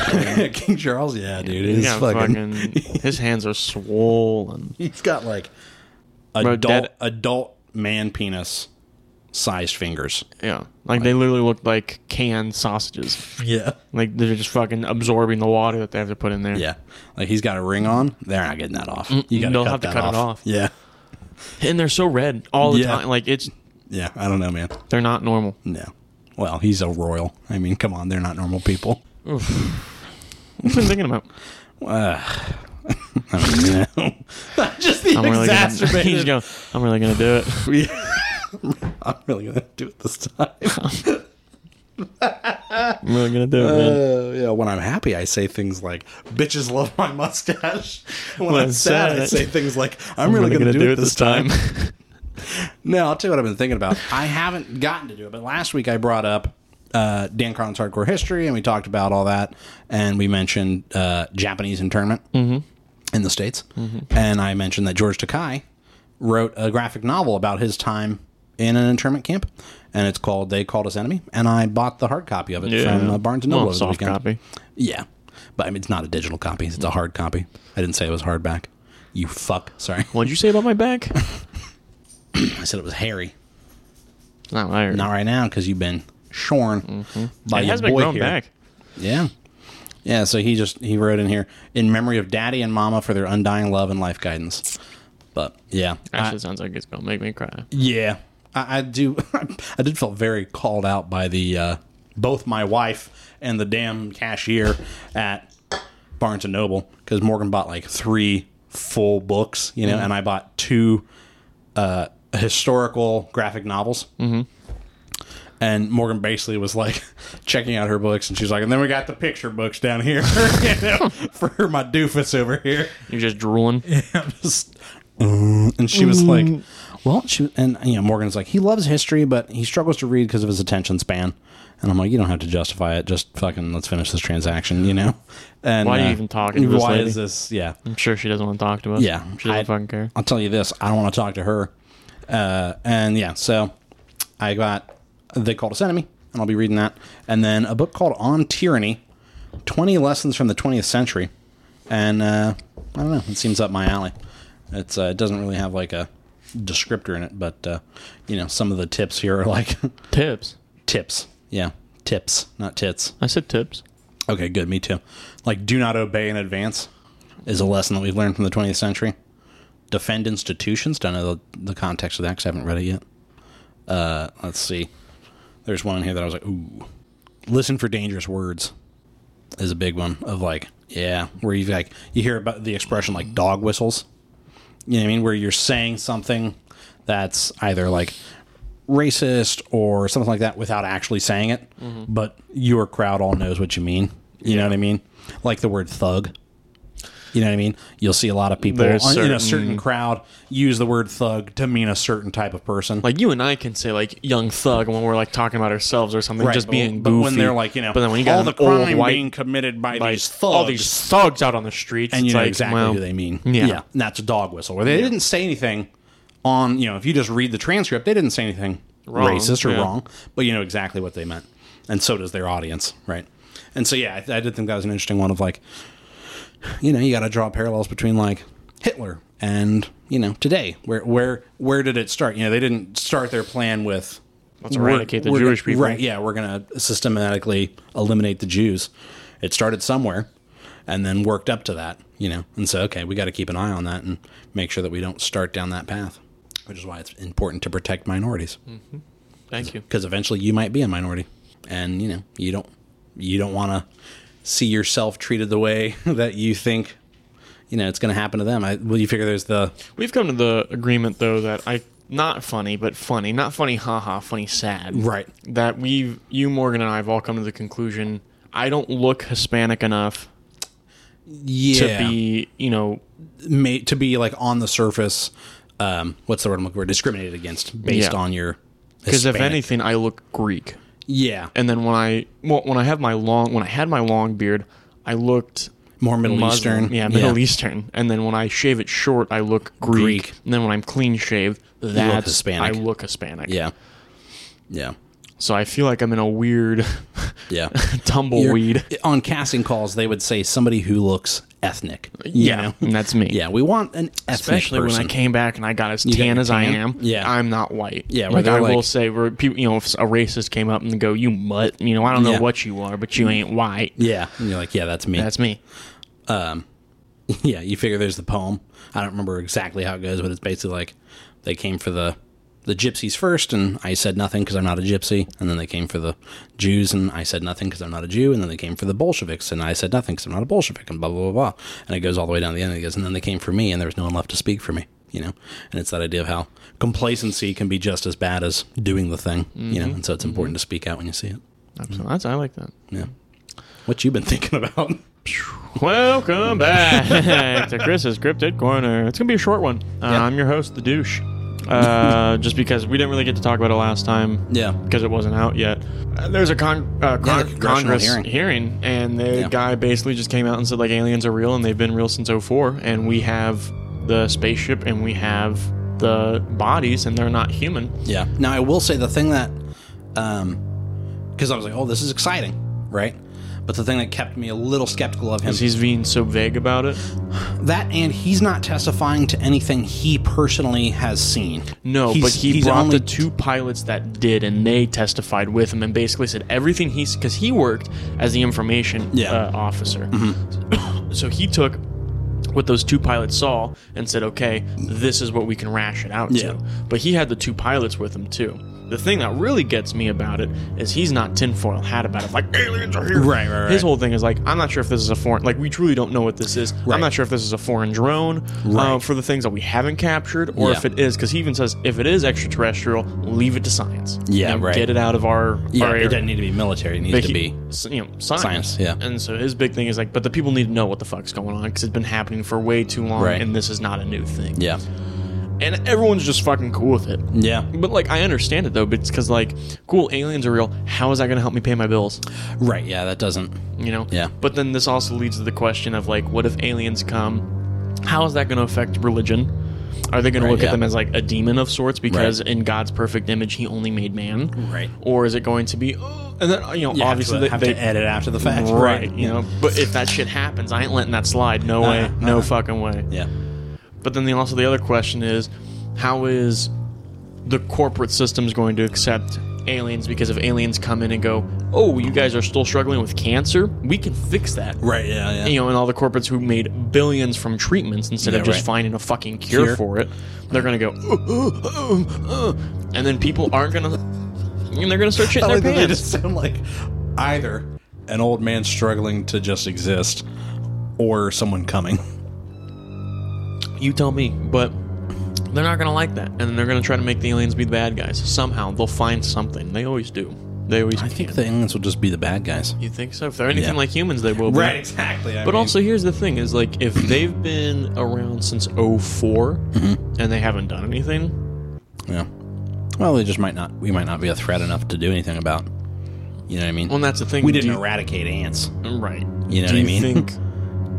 King Charles, yeah, dude,
He's
he's
got
fucking,
fucking, His hands are swollen.
He's got like
Bro,
adult
dead-
adult man penis sized fingers.
Yeah. Like they literally look like canned sausages.
Yeah,
Like they're just fucking absorbing the water that they have to put in there.
yeah. Like he's got a ring on. They're not getting that off. You got
they'll
to cut
have to
that
cut it
off.
off.
Yeah,
And they're so red all the
Yeah.
time. Like it's
yeah. I don't know, man.
they're not normal.
No, Well, he's a royal. I mean, come on, they're not normal people.
What am I thinking about?
I don't know. Just the
I'm really, gonna,
exacerbated.
he's going, I'm really gonna do it.
I'm really gonna do it this time.
I'm really gonna do it, man.
Uh, yeah, when I'm happy, I say things like "bitches love my mustache." When,
When
I'm
I'm
sad, I
sad,
say things like "I'm, really
really
gonna, do,
gonna
it this time." uh, no, I'll tell you what I've been thinking about. I haven't gotten to do it, but last week I brought up uh, Dan Carlin's hardcore history, and we talked about all that, and we mentioned uh, Japanese internment
Mm-hmm.
in the states, and I mentioned that George Takai wrote a graphic novel about his time in an internment camp, and it's called "They Called Us Enemy," and I bought the hard copy of it
Yeah.
from uh, Barnes and
Well,
Noble. over the
soft
weekend.
copy. Mm.
Yeah, but I mean, it's not a digital copy; it's a hard copy. I didn't say it was hardback. You fuck. Sorry,
What'd you say about my back?
I said it was hairy.
It's not what I heard.
Not right now because you've been shorn by
Mm-hmm. it
your
has been
boy
grown
here.
back.
Yeah. Yeah, so he just he wrote in here in memory of daddy and mama for their undying love and life guidance. But yeah. I-
Actually, sounds like it's gonna make me cry.
Yeah, I, I do. I did feel very called out by the uh, both my wife and the damn cashier at Barnes and Noble because Morgan bought like three full books, you know, and I bought two uh, historical graphic novels. Mm-hmm. And Morgan basically was like checking out her books, and she's like, and then we got the picture books down here you know, for my doofus over here.
You're just drooling.
I'm just, "Uh," and she
Mm.
was like, "Well, she and you know Morgan's like he loves history, but he struggles to read because of his attention span." And I'm like, "You don't have to justify it. Just fucking let's finish this transaction, you know." And
Why are you
uh,
even talking to this
Why
lady?
is this? Yeah,
I'm sure she doesn't want to talk to us.
Yeah,
she doesn't
I-
fucking care.
I'll tell you this. I don't want to talk to her. Uh, and yeah, so I got they called us enemy, and I'll be reading that, and then a book called On Tyranny: Twenty Lessons from the Twentieth Century, and uh, I don't know. It seems up my alley. It's uh, it doesn't really have like a descriptor in it, but uh, you know some of the tips here are like
Tips.
tips. Yeah, tips, not tits.
I said tips.
Okay, good. Me too. Like, do not obey in advance is a lesson that we've learned from the 20th century. Defend institutions. Don't know the, the context of that because I haven't read it yet. Uh, let's see. There's one in here that I was like, ooh. Listen for dangerous words is a big one of like, yeah, where you like you hear about the expression like dog whistles. You know what I mean? Where you're saying something that's either like racist or something like that without actually saying it, but your crowd all knows what you mean. You know what I mean? Like the word thug. You know what I mean? You'll see a lot of people
There's
on- in a certain
certain-
crowd use the word thug to mean a certain type of person.
Like you and I can say like young thug when we're like talking about ourselves or something, just
but,
being
but
goofy.
when they're like, you know,
but then when you got
all
an
the
old
crime
white-
being committed by,
like,
these thugs,
all these thugs out on the streets,
and you
it's
know
like,
exactly
well,
who they mean.
yeah.
and that's a dog whistle. Where they didn't say anything on, you know, if you just read the transcript, they didn't say anything
Wrong,
racist or
yeah.
wrong, but you know exactly what they meant, and so does their audience, right? And so, yeah, I, I did think that was an interesting one of like, you know, you got to draw parallels between like Hitler and you know today, where where where did it start? You know, they didn't start their plan with
Let's eradicate the
we're
Jewish
gonna-
people.
Right, yeah, we're going to systematically eliminate the Jews. It started somewhere and then worked up to that, you know. And so, okay, we got to keep an eye on that and make sure that we don't start down that path, which is why it's important to protect minorities
Hmm. Thank you.
because eventually you might be a minority and, you know, you don't you don't want to see yourself treated the way that you think you know it's going to happen to them. I, well, you figure there's the
We've come to the agreement though that I not funny, but funny, not funny, haha, funny, sad.
Right.
That we've you, Morgan, and I have all come to the conclusion. I don't look Hispanic enough to
yeah
be, you know,
ma- to be like on the surface. Um, what's the word I'm looking for? Discriminated against based
Yeah.
on your
because if
Hispanic.
anything, I look Greek.
yeah,
And then when I well, when I have my long when I had my long beard, I looked
more Middle
Muslim.
Eastern,
Yeah, Middle Eastern. And then when I shave it short, I look Greek.
Greek.
And then when I'm clean shaved, that's
Hispanic.
I look Hispanic.
yeah, yeah,
So I feel like I'm in a weird
yeah. You're-
tumbleweed.
on casting calls, they would say somebody who looks ethnic. you know?
and that's me.
yeah. We want an ethnic
Especially when
person.
I came back and I got as
got
tan
your
as I
tan?
am.
Yeah.
I'm not white.
Yeah, where
like
they're
I will
like-
say, where people, you know, if a racist came up and go, "You mutt," you know, I don't know
Yeah.
what you are, but you ain't white.
yeah, and you're like, yeah, that's me.
That's me.
yeah, you figure there's the poem. I don't remember exactly how it goes, but it's basically like they came for the the gypsies first, and I said nothing because I'm not a gypsy. And then they came for the Jews, and I said nothing because I'm not a Jew. And then they came for the Bolsheviks, and I said nothing because I'm not a Bolshevik, and blah, blah, blah, blah. And it goes all the way down to the end. And it goes, and then they came for me, and there was no one left to speak for me, you know? And it's that idea of how complacency can be just as bad as doing the thing, you know? And so it's important to speak out when you see it. Mm-hmm.
Absolutely. That's, I like that.
Yeah. What you been thinking about?
Welcome back to Chris's Cryptid Corner. It's going to be a short one. Uh,
Yeah.
I'm your host, The Douche. Uh, just because we didn't really get to talk about it last time.
Yeah.
Because it wasn't out yet. Uh, there's a con-
Yeah,
uh,
the
con-
congressional
Congress
hearing.
hearing. and the
Yeah.
guy basically just came out and said, like, aliens are real and they've been real since 04, and we have the spaceship and we have the bodies and they're not human.
Yeah. Now I will say the thing that, um, because I was like, oh, this is exciting, right? But the thing that kept me a little skeptical of him
'Cause He's being so vague about it.
that, and he's not testifying to anything he personally has seen.
No,
He's-
but he
he's
brought
only-
the two pilots that did, and they testified with him, and basically said everything he's because he worked as the information
Yeah. Mm-hmm.
uh, officer. so he took what those two pilots saw and said, "Okay, this is what we can ration out
Yeah.
to." But he had the two pilots with him too. The thing that really gets me about it is he's not tinfoil hat about it, like aliens are here.
Right, right, right.
His whole thing is like, I'm not sure if this is a foreign. Like, we truly don't know what this is.
Right.
I'm not sure if this is a foreign drone uh,
Right.
for the things that we haven't captured, or
Yeah.
if it is because he even says if it is extraterrestrial, leave it to science.
Yeah,
You know,
right.
Get it out of our
Yeah,
our
it
area.
doesn't need to be military. It needs
But
to
he-
be.
s- you know science.
Science, yeah.
And so his big thing is like, but the people need to know what the fuck's going on because it's been happening for way too long,
Right.
and this is not a new thing.
Yeah.
And everyone's just fucking cool with it.
Yeah.
But like, I understand it though, but it's because like, cool, aliens are real. How is that going to help me pay my bills?
Right. Yeah. That doesn't.
you know
Yeah.
but then this also leads to the question of like what if aliens come how is that going to affect religion are they going to look
yeah.
at them as like a demon of sorts because in god's perfect image he only made man
Right.
or is it going to be oh, and then you know
You
obviously
have to,
they,
have to edit after the fact.
they right you know but if that shit happens i ain't letting that slide no way
Uh-uh,
no fucking way
Yeah.
but then the, also the other question is, how is the corporate systems going to accept aliens? Because if aliens come in and go, oh, you guys are still struggling with cancer, we can fix that.
Right. Yeah.
You
Yeah.
know, and all the corporates who made billions from treatments instead
Yeah,
of just
right.
finding a fucking cure,
Cure.
for it, they're gonna go, "Oh, oh, oh, oh," and then people aren't gonna, and they're gonna start shitting
I
their
like that they
pants.
just sound like either an old man struggling to just exist, or someone coming.
You tell me, but they're not gonna like that, and they're gonna try to make the aliens be the bad guys. Somehow they'll find something. They always do. They always.
I think the aliens will just be the bad guys.
You think so? If they're anything
Yeah.
like humans, they will be.
Right, exactly. I
But
mean-
also, here's the thing: is like if they've been around since 4
Mm-hmm.
and they haven't done anything,
yeah. Well, they just might not. We might not be a threat enough to do anything about. You know what I mean?
well, that's the thing.
we didn't
do,
eradicate ants.
right?
You know what
do
I
you
mean?
Think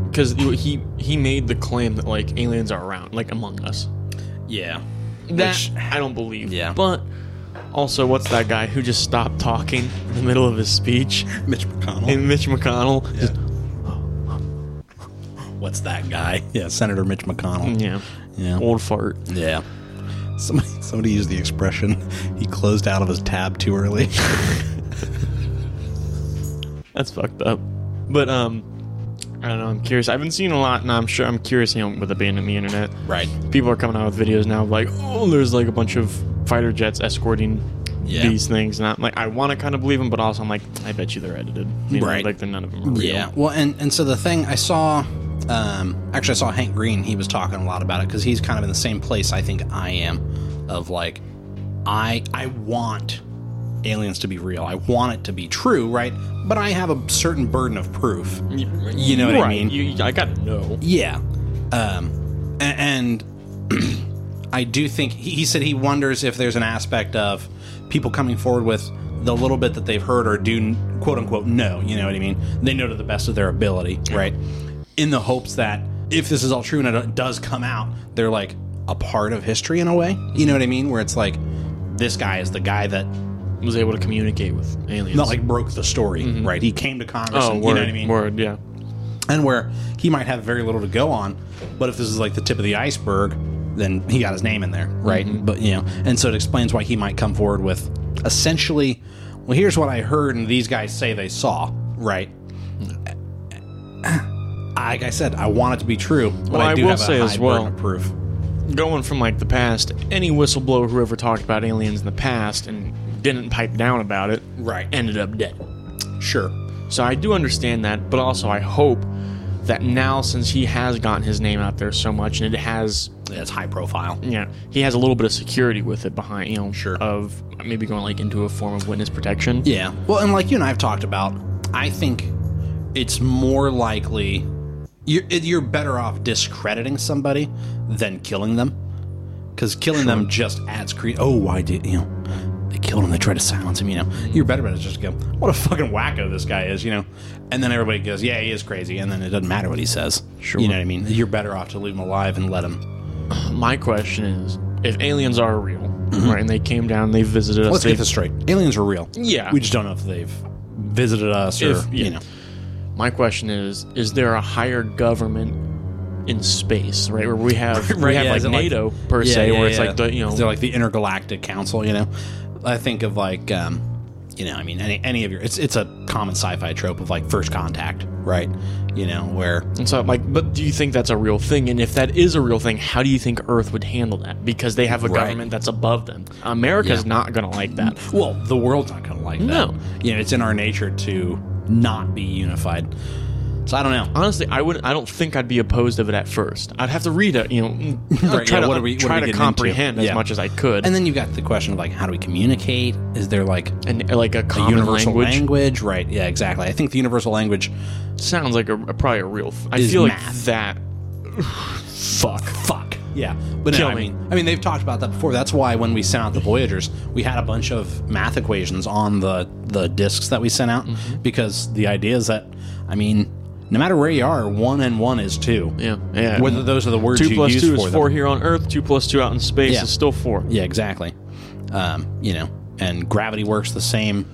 because he he made the claim that like aliens are around, like among us.
Yeah.
That
Which-
I don't believe.
Yeah.
But also, what's that guy who just stopped talking in the middle of his speech?
Mitch McConnell.
And Mitch McConnell. just-
What's that guy? Yeah, Senator Mitch McConnell.
Yeah.
Yeah.
Old fart.
Yeah. Somebody, somebody used the expression, he closed out of his tab too early.
That's fucked up. But um, I don't know. I'm curious. I've been seeing a lot, and I'm sure I'm curious. You know, with it being in the internet,
right.
people are coming out with videos now of like, oh, there's like a bunch of fighter jets escorting
Yeah.
these things, and I'm like, I want to kind of believe them, but also I'm like, I bet you they're edited. You know,
Right.
like they're none of them. Are real.
Yeah. Well, and, and so the thing I saw, um, actually, I saw Hank Green. He was talking a lot about it because he's kind of in the same place I think I am, of like, I I want aliens to be real. I want it to be true, right? But I have a certain burden of proof. You know what I
Right.
mean?
You, I gotta know.
Yeah. Um, a- and I do think he, he said he wonders if there's an aspect of people coming forward with the little bit that they've heard or do quote unquote know. You know what I mean? They know to the best of their ability, right? In the hopes that if this is all true and it uh, does come out, they're like a part of history in a way. You know what I mean? Where it's like, this guy is the guy that
Was able to communicate with aliens.
not like broke the story, right? He came to Congress.
Mm-hmm. oh,
and,
word,
you know what I mean?
word, yeah.
and where he might have very little to go on. But if this is like the tip of the iceberg, then he got his name in there, right?
Mm-hmm.
But you know, and so it explains why he might come forward with essentially, well, here's what I heard, and these guys say they saw, right? Like I said, I want it to be true, but
Well,
I
I
do
will
have a
say
high
as well-
burden of proof.
going from like the past, any whistleblower who ever talked about aliens in the past and didn't pipe down about it,
Right.
ended up dead.
Sure.
So I do understand that, but also I hope that now since he has gotten his name out there so much and it has
That's high profile.
yeah, he has a little bit of security with it behind, you know,
Sure.
of maybe going like into a form of witness protection.
Yeah. Well, and like you and I have talked about, I think it's more likely you're, you're better off discrediting somebody than killing them. Because killing them just adds cre Oh, I did, you know, they killed him. They tried to silence him, you know. You're better about it just to go, what a fucking wacko this guy is, you know. And then everybody goes, yeah, he is crazy. And then it doesn't matter what he says.
Sure.
You know what I mean? You're better off to leave him alive and let him.
My question is if aliens are real, right, and they came down, they visited us,
Mm-hmm. Let's
they
get this straight. Aliens are real.
Yeah.
We just don't know if they've visited us or,
If- yeah.
you know.
My question is: Is there a higher government in space, right? Where we have we have
yeah,
like
is it like-
NATO per
Yeah,
se,
yeah,
where it's
yeah.
like the you know
they're like the intergalactic council. You know, I think of like, um, you know, I mean, any any of your it's it's a common sci-fi trope of like first contact, right? You know, where
And so I'm like, but do you think that's a real thing? And if that is a real thing, how do you think Earth would handle that? Because they have a
Right.
government that's above them. America's not gonna like that.
well, the world's not gonna like that.
No.
you know, it's in our nature to not be unified. So I don't know.
Honestly, I wouldn't. I don't think I'd be opposed of it at first. I'd have to read it, you know,
Mm. Right,
try
yeah,
to
what are we- what are
try
we
to
getting
comprehend
into?
as
Yeah.
much as I could,
And
and,
then you've got the question of like, how do we communicate? Is there like
uh, like a
a
common
universal
language.
language? Right. Yeah. Exactly. I think the universal language.
Sounds like a, a- probably a real. Th- I
Is
feel like
math.
that.
Fuck. Fuck. Yeah. But no,
Kill
I
me.
mean, I mean, they've talked about that before. That's why when we sent out the Voyagers, we had a bunch of math equations on the the discs that we sent out
Mm-hmm.
because the idea is that, I mean, no matter where you are, one and one is two.
Yeah, yeah.
Whether those are the words
Two
you
plus
use for
two is
them.
four here on Earth. Two plus two out in space
Yeah.
is still four.
Yeah, exactly. Um, you know, and gravity works the same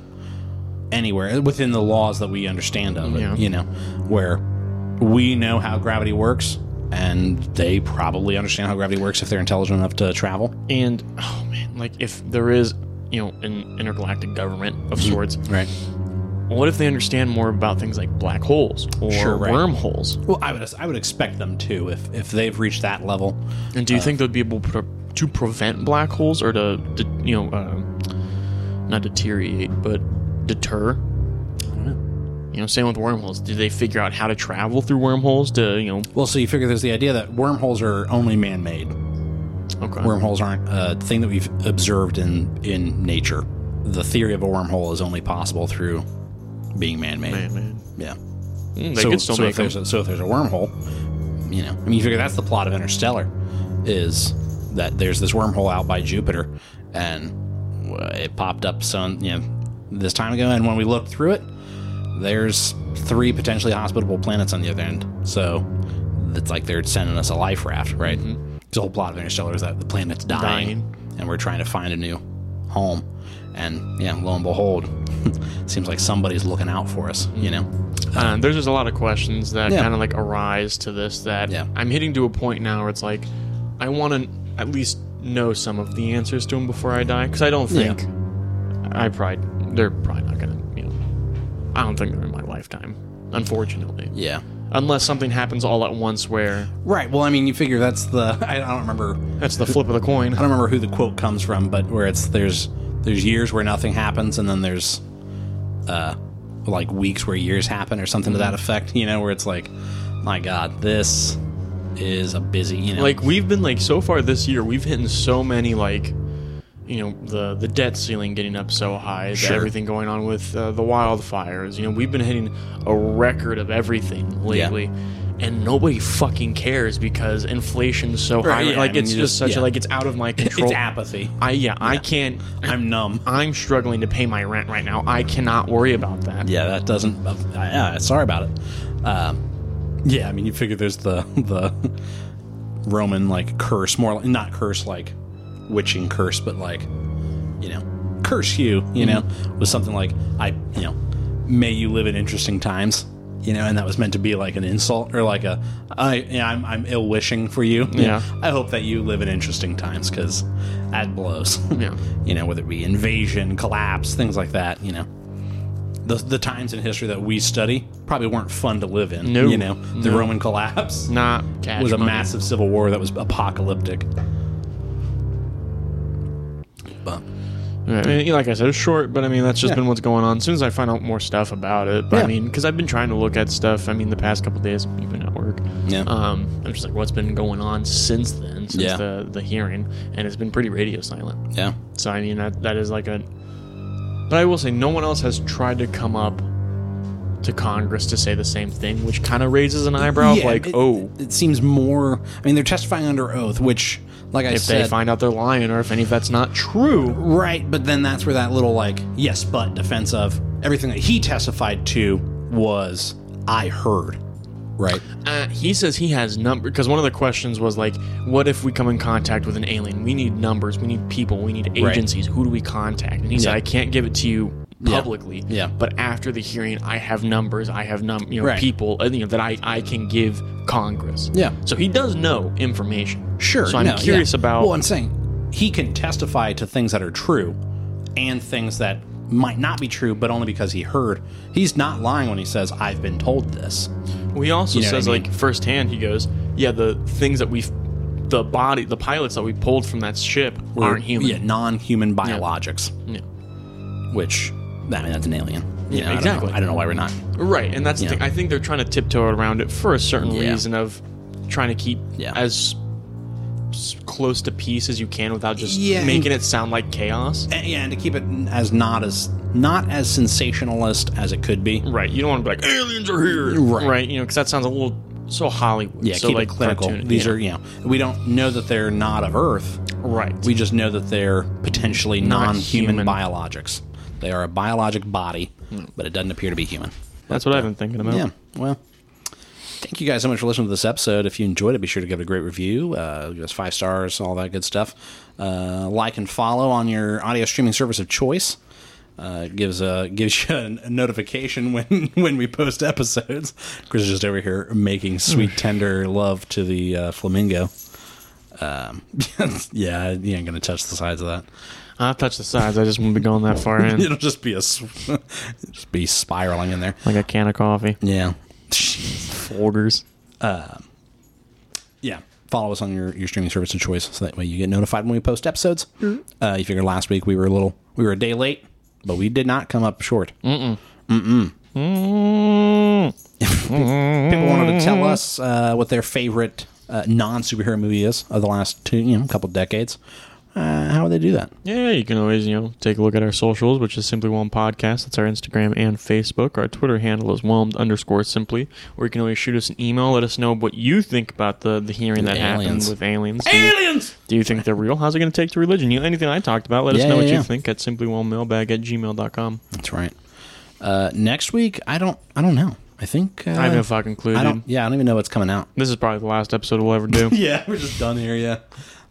anywhere uh, within the laws that we understand of it.
Yeah.
You know, where we know how gravity works, and they probably understand how gravity works if they're intelligent enough to travel.
And oh man, like if there is, you know, an intergalactic government
Mm.
of sorts,
Right.
what if they understand more about things like black holes or
Sure, right.
wormholes?
Well, I would I would expect them to if if they've reached that level.
And do you think they'd be able pro- to prevent black holes or to, de- you know, um not deteriorate but deter? You know, same with wormholes. Did they figure out how to travel through wormholes to, you know,
Well, so you figure there's the idea that wormholes are only man-made.
okay.
Wormholes aren't a thing that we've observed in in nature. The theory of a wormhole is only possible through being man-made.
Man, man.
Yeah.
Mm, they
so,
could still
so
make
if there's
them.
a, so if there's a wormhole, you know, I mean, you figure that's the plot of Interstellar, is that there's this wormhole out by Jupiter, and uh, it popped up some you know this time ago, and when we looked through it, there's three potentially hospitable planets on the other end. So it's like they're sending us a life raft, right? The whole plot of Interstellar is that the planet's dying,
Mm-hmm. Dying.
and we're trying to find a new home. And yeah, lo and behold, seems like somebody's looking out for us, you know.
Uh, there's just a lot of questions that
Um, Yeah.
kind of like arise to this that
Yeah.
I'm hitting to a point now where it's like I want to at least know some of the answers to them before I die because I don't
Yeah.
think I probably they're probably not gonna you know I don't think they're in my lifetime unfortunately
Yeah.
unless something happens all at once where
Right. Well, I mean, you figure that's the I, I don't remember I
that's the flip of the coin
don't remember who the quote comes from, but where it's there's there's years where nothing happens, and then there's uh like weeks where years happen or something to that effect. You know, where it's like, my God, this is a busy. You know,
like we've been like so far this year we've hitting so many like you know the the debt ceiling getting up so high the-
Sure.
everything going on with uh, the wildfires you know we've been hitting a record of everything lately and nobody fucking cares because inflation's so high
Right, yeah,
like
I mean,
it's
you
just
just-
such
yeah.
a like it's out of my control
it's apathy.
i yeah i can't
I'm numb.
i'm struggling to pay my rent right now i cannot worry about that
Yeah, that doesn't. Uh, yeah, sorry about it. Um, yeah, I mean, you figure there's the the Roman like curse, more like, not curse like witching curse, but like you know, curse you. You know, was something like I, you know, may you live in interesting times. You know, and that was meant to be like an insult or like a I, yeah, I'm I'm ill wishing for you. You
Yeah.
know, I hope that you live in interesting times because that blows.
Yeah.
you know, whether it be invasion, collapse, things like that. You know. the the times in history that we study probably weren't fun to live in.
No.
you know, the
No.
Roman collapse
Not cash
was a
money.
massive civil war that was apocalyptic. But
Yeah, I mean, like I said, it's short, but I mean that's just
Yeah.
been what's going on. As soon as I find out more stuff about it, but
Yeah.
I mean, because I've been trying to look at stuff. I mean, the past couple days, even at work,
Yeah.
Um, I'm just like, what's been going on since then, since
Yeah.
the the hearing, and it's been pretty radio silent.
yeah,
So I mean, that that is like a. But I will say, no one else has tried to come up to Congress to say the same thing, which kind of raises an eyebrow. of
Yeah,
like,
it-
oh,
it seems more. I mean, they're testifying under oath, which, like I
if
said,
they find out they're lying, or if any of that's not true,
Right, but then that's where that little like yes, but defense of everything that he testified to was I heard. Right.
Uh, he says he has number because one of the questions was like, "What if we come in contact with an alien? We need numbers. We need people. We need
Right.
agencies. Who do we contact?" And he said,
Yeah.
"I can't give it to you publicly.
Yeah.
But after the hearing, I have numbers. I have num you know
Right.
people uh, you know that I I can give Congress.
Yeah.
So he does know information.
Sure.
So I'm
no,
curious
yeah.
about.
Well, I'm saying he can testify to things that are true and things that might not be true, but only because he heard. He's not lying when he says I've been told this.
Well, he also
know what
says
I mean?
like firsthand. He goes, "Yeah, the things that we, the body, the pilots that we pulled from that ship aren't human.
Yeah, non-human biologics,
Yeah.
which I mean that's an alien. You
Yeah,
know, I don't know-
exactly.
I don't know why we're not.
Right, and that's the
Yeah.
thing. I think they're trying to tiptoe around it for a certain
Yeah.
reason of trying to keep
Yeah.
as s- close to peace as you can without just
Yeah, and-
making it sound like chaos.
and, yeah, and to keep it as not as not as sensationalist as it could be.
Right, you don't want to be like aliens are here.
Right.
you know, because that sounds a little so Hollywood.
Yeah,
so
keep
like
it clinical.
cartoon-
These
yeah.
are you know we don't know that they're not of Earth.
right.
We just know that they're potentially
Not
non-human
human. Hmm.
biologics. They are a biologic body, but it doesn't appear to be human.
that's what I've been thinking about.
Yeah. Well, thank you guys so much for listening to this episode. If you enjoyed it, be sure to give it a great review. Uh, give us five stars, all that good stuff. Uh, like and follow on your audio streaming service of choice. Uh, it gives a gives you a notification when when we post episodes. Chris is just over here making sweet tender love to the uh, flamingo. Um, yeah, you ain't gonna touch the sides of that.
I'll touch the sides. I just wouldn't be going that far in,
It'll just be a s- just be spiraling in there.
like a can of coffee,
Yeah.
orders.
yeah follow us on your, your streaming service of choice so that way you get notified when we post episodes uh, you figure last week we were a little we were a day late but we did not come up short
Mm.
people wanted to tell us uh, what their favorite uh, non-superhero movie is of the last two you know couple decades uh, how would they do that
Yeah, you can always, you know, take a look at our socials, which is Simply Whelmed Podcast. That's our Instagram and Facebook. Our Twitter handle is whelmed underscore simply. Or you can always shoot us an email. Let us know what you think about the, the hearing that
Aliens.
happened with aliens. Do you,
aliens
do you think they're real? How's it going to take to religion? You know, anything I talked about, let
Yeah,
us know
yeah,
what
yeah.
you think at simplywhelmedmailbag at gmail.com.
that's right uh, next week i don't i don't know i think uh,
I have no fucking clue,
I
dude.
don't yeah i don't even know what's coming out
This is probably the last episode we'll ever do.
yeah we're just done here yeah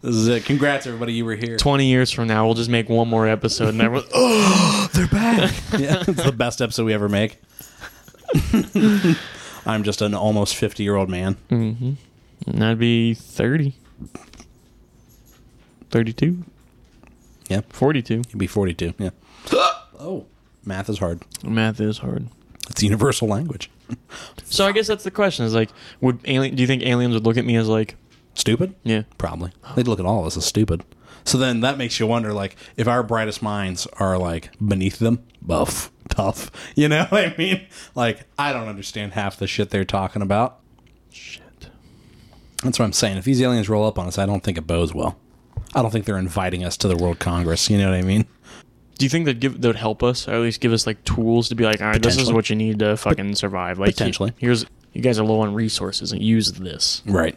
this is it congrats everybody you were here
20 years from now, we'll just make one more episode and everyone, oh,
They're back. yeah, it's the best episode we ever make. I'm just an almost 50 year old man.
that'd be 30, 32,
Yeah,
42.
you'd be 42. Yeah. oh, math is hard.
Math is hard.
It's a universal language.
So I guess that's the question: is like, would alien? Do you think aliens would look at me as like,
Stupid?
yeah,
Probably. They'd look at all of us as stupid. So then that makes you wonder, like, if our brightest minds are like beneath them, buff, tough. You know what I mean? Like, I don't understand half the shit they're talking about.
shit?
That's what I'm saying. If these aliens roll up on us, I don't think it bodes well. I don't think they're inviting us to the World Congress. You know what I mean?
Do you think they'd give they'd help us, or at least give us like tools to be like, all right, this is
Potentially.
what you need to fucking survive. Like, he-
Potentially.
here's you guys are low on resources, and use this.
Right.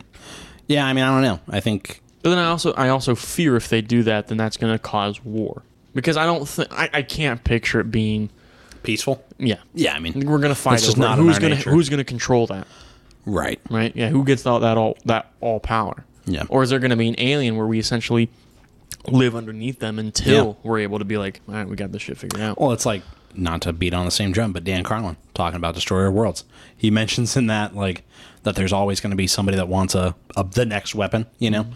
Yeah, I mean, I don't know. I think
But then I also I also fear if they do that, then that's going to cause war because I don't think I, I can't picture it being
peaceful.
yeah.
Yeah, I mean,
We're gonna fight
just
over it.
not in
who's
our
gonna
nature.
who's gonna control that,
right.
right? Yeah, who gets all that all that all power?
Yeah.
Or is there gonna be an alien where we essentially live underneath them until we're able to be like, all right, we got this shit figured out.
Well, it's like not to beat on the same drum, but Dan Carlin talking about Destroyer of Worlds. He mentions in that like that there's always going to be somebody that wants a, a the next weapon, you know.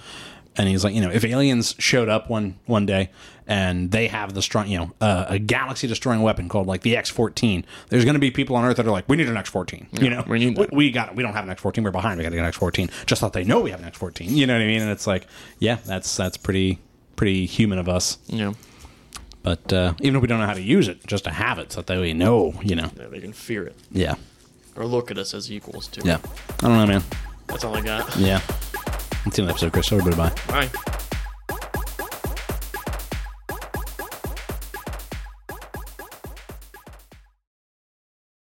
And he's like, you know, if aliens showed up one one day and they have the strong, you know, uh, a galaxy destroying weapon called like the X14, there's going to be people on Earth that are like, we need an X14. you know,
we need
we,
that.
we got we don't have an X14. We're behind. We got to get an X14. Just thought they know we have an X14. You know what I mean? And it's like, yeah, that's that's pretty pretty human of us.
Yeah.
But uh, even if we don't know how to use it, just to have it so that we know, you know.
yeah. They can fear it
Yeah.
or look at us as equals too.
Yeah. I don't know, man.
That's all I got.
Yeah. Let's see you in the episode, Chris. Everybody, bye.
Bye.